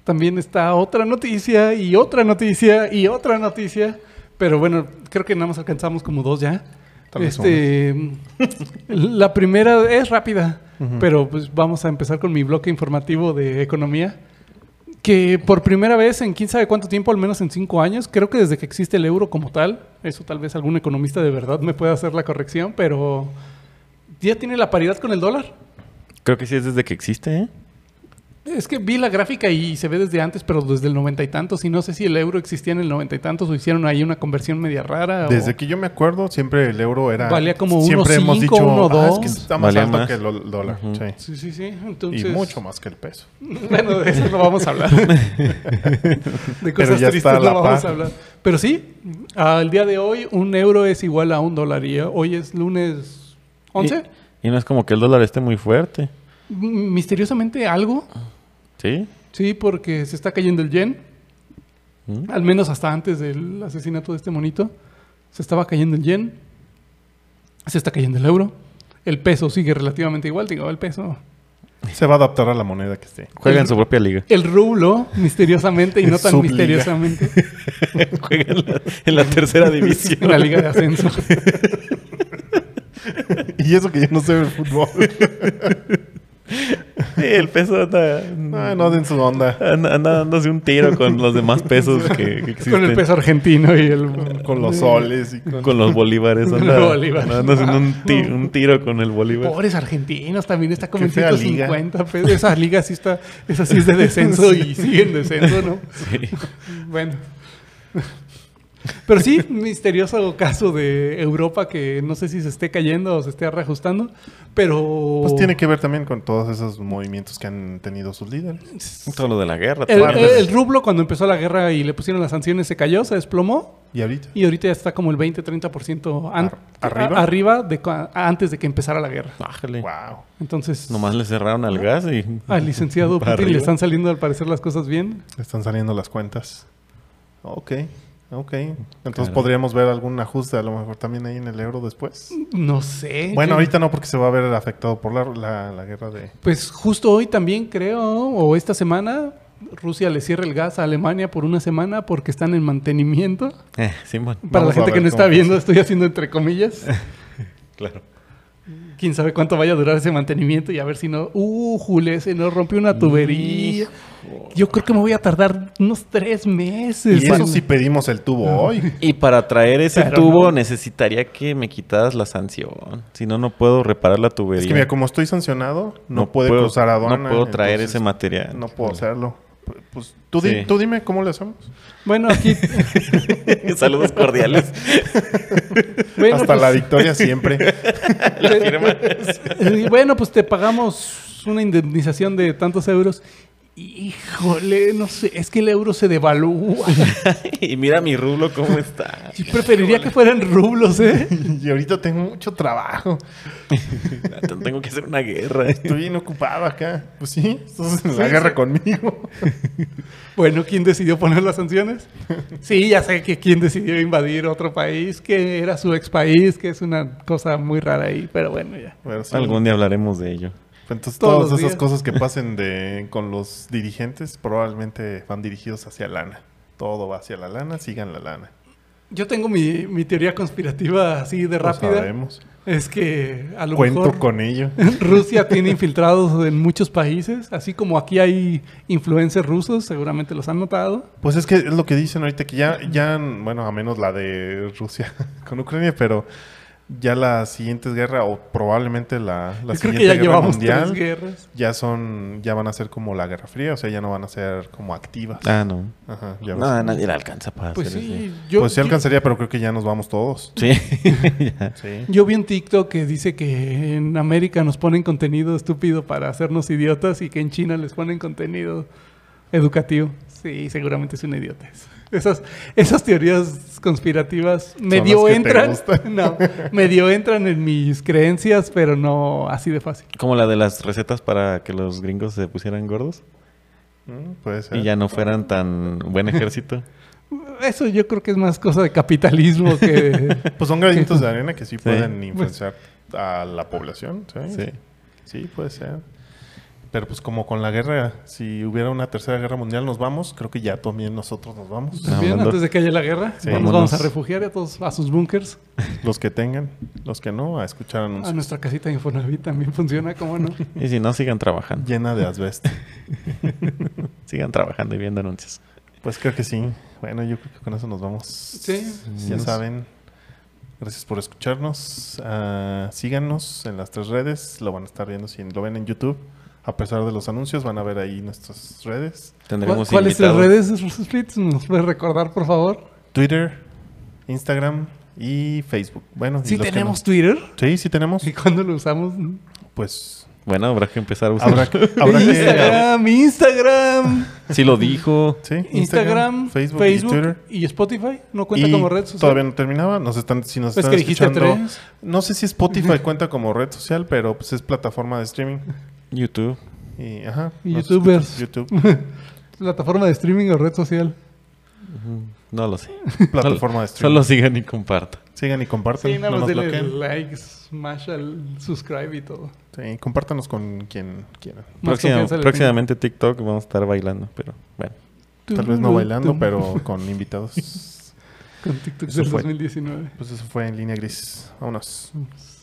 [SPEAKER 2] también está otra noticia y otra noticia y otra noticia, pero bueno, creo que nada más alcanzamos como dos ya.
[SPEAKER 3] Tal vez
[SPEAKER 2] Este, la primera es rápida, pero pues vamos a empezar con mi bloque informativo de economía, que por primera vez en quién sabe cuánto tiempo, al menos en cinco años, creo que desde que existe el euro como tal, eso tal vez algún economista de verdad me pueda hacer la corrección, pero ya tiene la paridad con el dólar.
[SPEAKER 1] Creo que sí es desde que existe, ¿eh?
[SPEAKER 2] Es que vi la gráfica y se ve desde antes, pero desde el noventa y tantos, y no sé si el euro existía en el noventa y tantos o hicieron ahí una conversión media rara. o-
[SPEAKER 3] Desde que yo me acuerdo, siempre el euro era.
[SPEAKER 2] Valía como
[SPEAKER 3] siempre
[SPEAKER 2] 1.5,
[SPEAKER 3] hemos dicho, "Ah, es que
[SPEAKER 2] 1.2".
[SPEAKER 3] está más
[SPEAKER 1] Valía
[SPEAKER 3] alto
[SPEAKER 1] más.
[SPEAKER 3] que el dol- dólar.
[SPEAKER 1] Ujú.
[SPEAKER 3] sí.
[SPEAKER 2] Sí, sí, sí.
[SPEAKER 3] Y
[SPEAKER 2] Entonces,
[SPEAKER 3] mucho más que el peso.
[SPEAKER 2] Bueno, de eso no vamos a hablar. De cosas
[SPEAKER 3] ya está
[SPEAKER 2] tristes
[SPEAKER 3] a la
[SPEAKER 2] no vamos
[SPEAKER 3] par.
[SPEAKER 2] a hablar. Pero sí, al día de hoy un euro es igual a un dólar y hoy es lunes
[SPEAKER 3] Eh,
[SPEAKER 2] 11.
[SPEAKER 1] Y, y no es como que el dólar esté muy fuerte.
[SPEAKER 2] M- Misteriosamente algo,
[SPEAKER 1] ¿Sí?
[SPEAKER 2] sí, porque se está cayendo el yen,
[SPEAKER 1] ¿Mm?
[SPEAKER 2] al menos hasta antes del asesinato de este monito. Se estaba cayendo el yen, se está cayendo el euro. El peso sigue relativamente igual, digo, el peso.
[SPEAKER 3] Se va a adaptar a la moneda que esté.
[SPEAKER 1] Juega en
[SPEAKER 2] El-
[SPEAKER 1] su propia liga.
[SPEAKER 2] El rublo, misteriosamente y no tan
[SPEAKER 3] Subliga.
[SPEAKER 2] misteriosamente,
[SPEAKER 1] Juega en la, en la tercera
[SPEAKER 2] en
[SPEAKER 1] división.
[SPEAKER 2] la liga de ascenso.
[SPEAKER 3] Y eso que yo no sé el fútbol.
[SPEAKER 1] Sí, el peso anda,
[SPEAKER 3] Ah, no den su onda.
[SPEAKER 1] Anda, anda dándose un tiro con los demás pesos que, que existen.
[SPEAKER 2] Con el peso argentino y el...
[SPEAKER 3] Con los soles y con...
[SPEAKER 1] Con los bolívares.
[SPEAKER 2] Con
[SPEAKER 1] Anda,
[SPEAKER 2] el bolívar. Ah,
[SPEAKER 1] anda dándose un, ti- un tiro con el bolívar.
[SPEAKER 2] Pobres argentinos también está como
[SPEAKER 3] Qué
[SPEAKER 2] en
[SPEAKER 3] fea liga.
[SPEAKER 2] 150 pesos. Esa liga sí está, esa sí es de descenso y sigue en descenso, ¿no?
[SPEAKER 1] Sí.
[SPEAKER 2] Bueno. Pero sí, misterioso caso de Europa que no sé si se esté cayendo o se esté reajustando, pero...
[SPEAKER 3] Pues tiene que ver también con todos esos movimientos que han tenido sus líderes.
[SPEAKER 1] Todo lo de la guerra.
[SPEAKER 2] El,
[SPEAKER 1] también.
[SPEAKER 2] el rublo cuando empezó la guerra y le pusieron las sanciones se cayó, se desplomó
[SPEAKER 3] Y ahorita.
[SPEAKER 2] y ahorita ya está como el 20-30% an-
[SPEAKER 3] Ar-
[SPEAKER 2] a-
[SPEAKER 3] ¿arriba?
[SPEAKER 2] arriba de cua- antes de que empezara la guerra.
[SPEAKER 1] Bájale.
[SPEAKER 3] Wow.
[SPEAKER 2] Entonces,
[SPEAKER 1] Nomás le cerraron al gas y...
[SPEAKER 2] al Ah, licenciado
[SPEAKER 1] Para
[SPEAKER 2] Putin le
[SPEAKER 1] arriba.
[SPEAKER 2] están saliendo al parecer las cosas bien.
[SPEAKER 3] Le están saliendo las cuentas. Ok. Ok. Entonces
[SPEAKER 1] Caray.
[SPEAKER 3] podríamos ver algún ajuste a lo mejor también ahí en el euro después.
[SPEAKER 2] No sé.
[SPEAKER 3] Bueno,
[SPEAKER 2] yo-
[SPEAKER 3] ahorita no porque se va a ver afectado por la, la- la guerra de...
[SPEAKER 2] Pues justo hoy también creo, o esta semana, Rusia le cierra el gas a Alemania por una semana porque están en mantenimiento.
[SPEAKER 1] Eh, Simón.
[SPEAKER 2] Para
[SPEAKER 3] Vamos
[SPEAKER 2] la
[SPEAKER 3] a
[SPEAKER 2] gente que
[SPEAKER 3] ver
[SPEAKER 2] no está
[SPEAKER 3] cómo
[SPEAKER 2] viendo, estoy haciendo entre comillas.
[SPEAKER 1] Claro.
[SPEAKER 2] Quién sabe cuánto vaya a durar ese mantenimiento y a ver si no. Uh, Jule, se nos rompió una tubería. Yo creo que me voy a tardar unos tres meses.
[SPEAKER 3] Y eso sí pedimos el tubo
[SPEAKER 1] Ah.
[SPEAKER 3] hoy.
[SPEAKER 1] Y para traer ese
[SPEAKER 2] Pero
[SPEAKER 1] tubo
[SPEAKER 2] no.
[SPEAKER 1] necesitaría que me quitaras la sanción. Si no, no puedo reparar la tubería.
[SPEAKER 3] Es que mira, como estoy sancionado, no, puede
[SPEAKER 1] puedo-
[SPEAKER 3] cruzar aduana.
[SPEAKER 1] No puedo traer
[SPEAKER 3] entonces
[SPEAKER 1] ese material.
[SPEAKER 3] No puedo hacerlo. Pues tú, di-
[SPEAKER 1] Sí.
[SPEAKER 3] tú dime cómo le hacemos.
[SPEAKER 2] Bueno, aquí.
[SPEAKER 1] Saludos cordiales.
[SPEAKER 2] bueno,
[SPEAKER 3] Hasta la
[SPEAKER 2] pues,
[SPEAKER 3] victoria siempre.
[SPEAKER 2] Y bueno, pues te pagamos una indemnización de tantos euros. Híjole, no sé, es que el euro se devalúa.
[SPEAKER 1] y mira mi rublo cómo está.
[SPEAKER 2] Yo preferiría que fueran rublos, ¿eh?
[SPEAKER 3] y ahorita tengo mucho trabajo.
[SPEAKER 1] Tengo que hacer una guerra.
[SPEAKER 3] Estoy bien ocupado acá. Pues sí, estás en la
[SPEAKER 2] Sí,
[SPEAKER 3] guerra
[SPEAKER 2] sí.
[SPEAKER 3] conmigo.
[SPEAKER 2] Bueno, ¿quién decidió poner las sanciones? Sí, ya sé que quién decidió invadir otro país, que era su ex país, que es una cosa muy rara ahí, pero bueno, ya.
[SPEAKER 3] Pero sí.
[SPEAKER 1] Algún día hablaremos de ello.
[SPEAKER 3] Entonces
[SPEAKER 2] Todos
[SPEAKER 3] todas
[SPEAKER 2] los
[SPEAKER 3] esas
[SPEAKER 2] días.
[SPEAKER 3] cosas que pasen de, con los dirigentes probablemente van dirigidos hacia lana. Todo va hacia la lana, sigan la lana.
[SPEAKER 2] Yo tengo mi, mi teoría conspirativa así de
[SPEAKER 3] Lo
[SPEAKER 2] rápida.
[SPEAKER 3] sabemos.
[SPEAKER 2] Es que a lo
[SPEAKER 3] Cuento
[SPEAKER 2] mejor
[SPEAKER 3] con ello.
[SPEAKER 2] Rusia tiene infiltrados en muchos países, así como aquí hay influencers rusos, seguramente los han notado.
[SPEAKER 3] Pues es que es lo que dicen ahorita, que ya, ya, bueno, a menos la de Rusia con Ucrania, pero ya la siguiente guerra, o probablemente la, la
[SPEAKER 2] Yo creo
[SPEAKER 3] siguiente
[SPEAKER 2] que ya
[SPEAKER 3] guerra
[SPEAKER 2] llevamos
[SPEAKER 3] mundial,
[SPEAKER 2] tres guerras.
[SPEAKER 3] ya son, ya van a ser como la Guerra Fría, o sea, ya no van a ser como activas.
[SPEAKER 1] Ah, no.
[SPEAKER 3] Ajá, ya
[SPEAKER 1] No,
[SPEAKER 3] ves.
[SPEAKER 1] a nadie le alcanza para
[SPEAKER 2] Pues
[SPEAKER 1] hacer
[SPEAKER 2] sí, Ah, yo,
[SPEAKER 3] Pues Ah, sí
[SPEAKER 2] yo-
[SPEAKER 3] alcanzaría, pero creo que ya nos vamos todos.
[SPEAKER 1] eso. Sí. Ya.
[SPEAKER 3] Sí.
[SPEAKER 2] Yo vi un TikTok que dice que en América nos ponen contenido estúpido para hacernos idiotas y que en China les ponen contenido educativo. Sí, seguramente es una idiotez. Esas, esas teorías conspirativas medio
[SPEAKER 3] las que te
[SPEAKER 2] entran.
[SPEAKER 3] gustan.
[SPEAKER 2] No, medio entran en mis creencias, pero no así de fácil.
[SPEAKER 1] Como la de las recetas para que los gringos se pusieran gordos
[SPEAKER 3] Mm, Puede ser.
[SPEAKER 1] y ya no fueran tan buen ejército.
[SPEAKER 2] Eso yo creo que es más cosa de capitalismo que.
[SPEAKER 3] Pues son granitos de arena que sí, pueden
[SPEAKER 1] Pues-
[SPEAKER 3] influenciar a la población. ¿sí?
[SPEAKER 1] Sí.
[SPEAKER 3] sí. puede ser. Pero pues como con la guerra, si hubiera una tercera guerra mundial, nos vamos. Creo que ya también nosotros nos vamos.
[SPEAKER 2] Pues Bien,
[SPEAKER 1] Vámonos.
[SPEAKER 2] antes de que haya la guerra,
[SPEAKER 3] Sí.
[SPEAKER 2] nos vamos a
[SPEAKER 1] Vámonos.
[SPEAKER 2] refugiar a todos a sus búnkers.
[SPEAKER 3] Los que tengan, los que no, a escuchar
[SPEAKER 2] A
[SPEAKER 3] anuncios.
[SPEAKER 2] nuestra casita de Infonavit también funciona, ¿cómo no?
[SPEAKER 1] Y si no, sigan trabajando.
[SPEAKER 3] Llena de asbesto.
[SPEAKER 1] Sigan trabajando y viendo anuncios.
[SPEAKER 3] Pues creo que sí. Bueno, yo creo que con eso nos vamos. Sí. Ya
[SPEAKER 1] Nos-
[SPEAKER 3] saben. Gracias por escucharnos. Ah, síganos en las tres redes. Lo van a estar viendo si lo ven en YouTube. A pesar de los anuncios, van a ver ahí nuestras redes.
[SPEAKER 1] Tendremos
[SPEAKER 2] ¿Cuál- ¿Cuáles las
[SPEAKER 1] invitados.
[SPEAKER 2] redes, Russell Fritz? ¿Nos puedes recordar, por favor?
[SPEAKER 3] Twitter, Instagram y Facebook. Bueno, y
[SPEAKER 2] Sí
[SPEAKER 3] los que
[SPEAKER 2] tenemos Twitter.
[SPEAKER 3] no. Sí, sí tenemos.
[SPEAKER 2] ¿Y cuándo lo usamos?
[SPEAKER 3] Pues
[SPEAKER 1] Bueno, habrá que empezar a usar.
[SPEAKER 3] habrá que... habrá que-
[SPEAKER 2] Instagram, Instagram,
[SPEAKER 1] Sí lo dijo.
[SPEAKER 3] sí,
[SPEAKER 2] Instagram, Facebook,
[SPEAKER 3] Facebook, y Twitter.
[SPEAKER 2] y, Spotify. ¿No cuenta
[SPEAKER 3] Y
[SPEAKER 2] como red social?
[SPEAKER 3] Todavía no terminaba. Nos están, si nos
[SPEAKER 2] Pues
[SPEAKER 3] están
[SPEAKER 2] que dijiste
[SPEAKER 3] escuchando-
[SPEAKER 2] tres.
[SPEAKER 3] No sé si Spotify cuenta como red social, pero pues es plataforma de streaming.
[SPEAKER 1] YouTube.
[SPEAKER 3] Y, ajá,
[SPEAKER 2] Y
[SPEAKER 3] nos
[SPEAKER 2] youtubers.
[SPEAKER 3] escuchas- YouTube,
[SPEAKER 2] ¿Plataforma de streaming o red social?
[SPEAKER 1] No lo sé.
[SPEAKER 3] plataforma de streaming.
[SPEAKER 1] Solo sigan y compartan.
[SPEAKER 3] Sigan y compartan.
[SPEAKER 2] Sí, nada
[SPEAKER 3] no
[SPEAKER 2] más
[SPEAKER 3] nos
[SPEAKER 2] denle
[SPEAKER 3] bloqueen.
[SPEAKER 2] like, smash al subscribe y todo.
[SPEAKER 3] Sí, compártanos con quien quieran.
[SPEAKER 2] Más
[SPEAKER 1] Próxima-
[SPEAKER 2] confianza le
[SPEAKER 1] próximamente TikTok vamos a estar bailando, pero bueno.
[SPEAKER 2] tengo.
[SPEAKER 3] Tal vez no bailando, pero con invitados.
[SPEAKER 2] Con TikTok
[SPEAKER 3] Eso
[SPEAKER 2] del
[SPEAKER 3] fue.
[SPEAKER 2] 2019.
[SPEAKER 3] Pues eso fue en línea gris. Vámonos.
[SPEAKER 2] Vamos.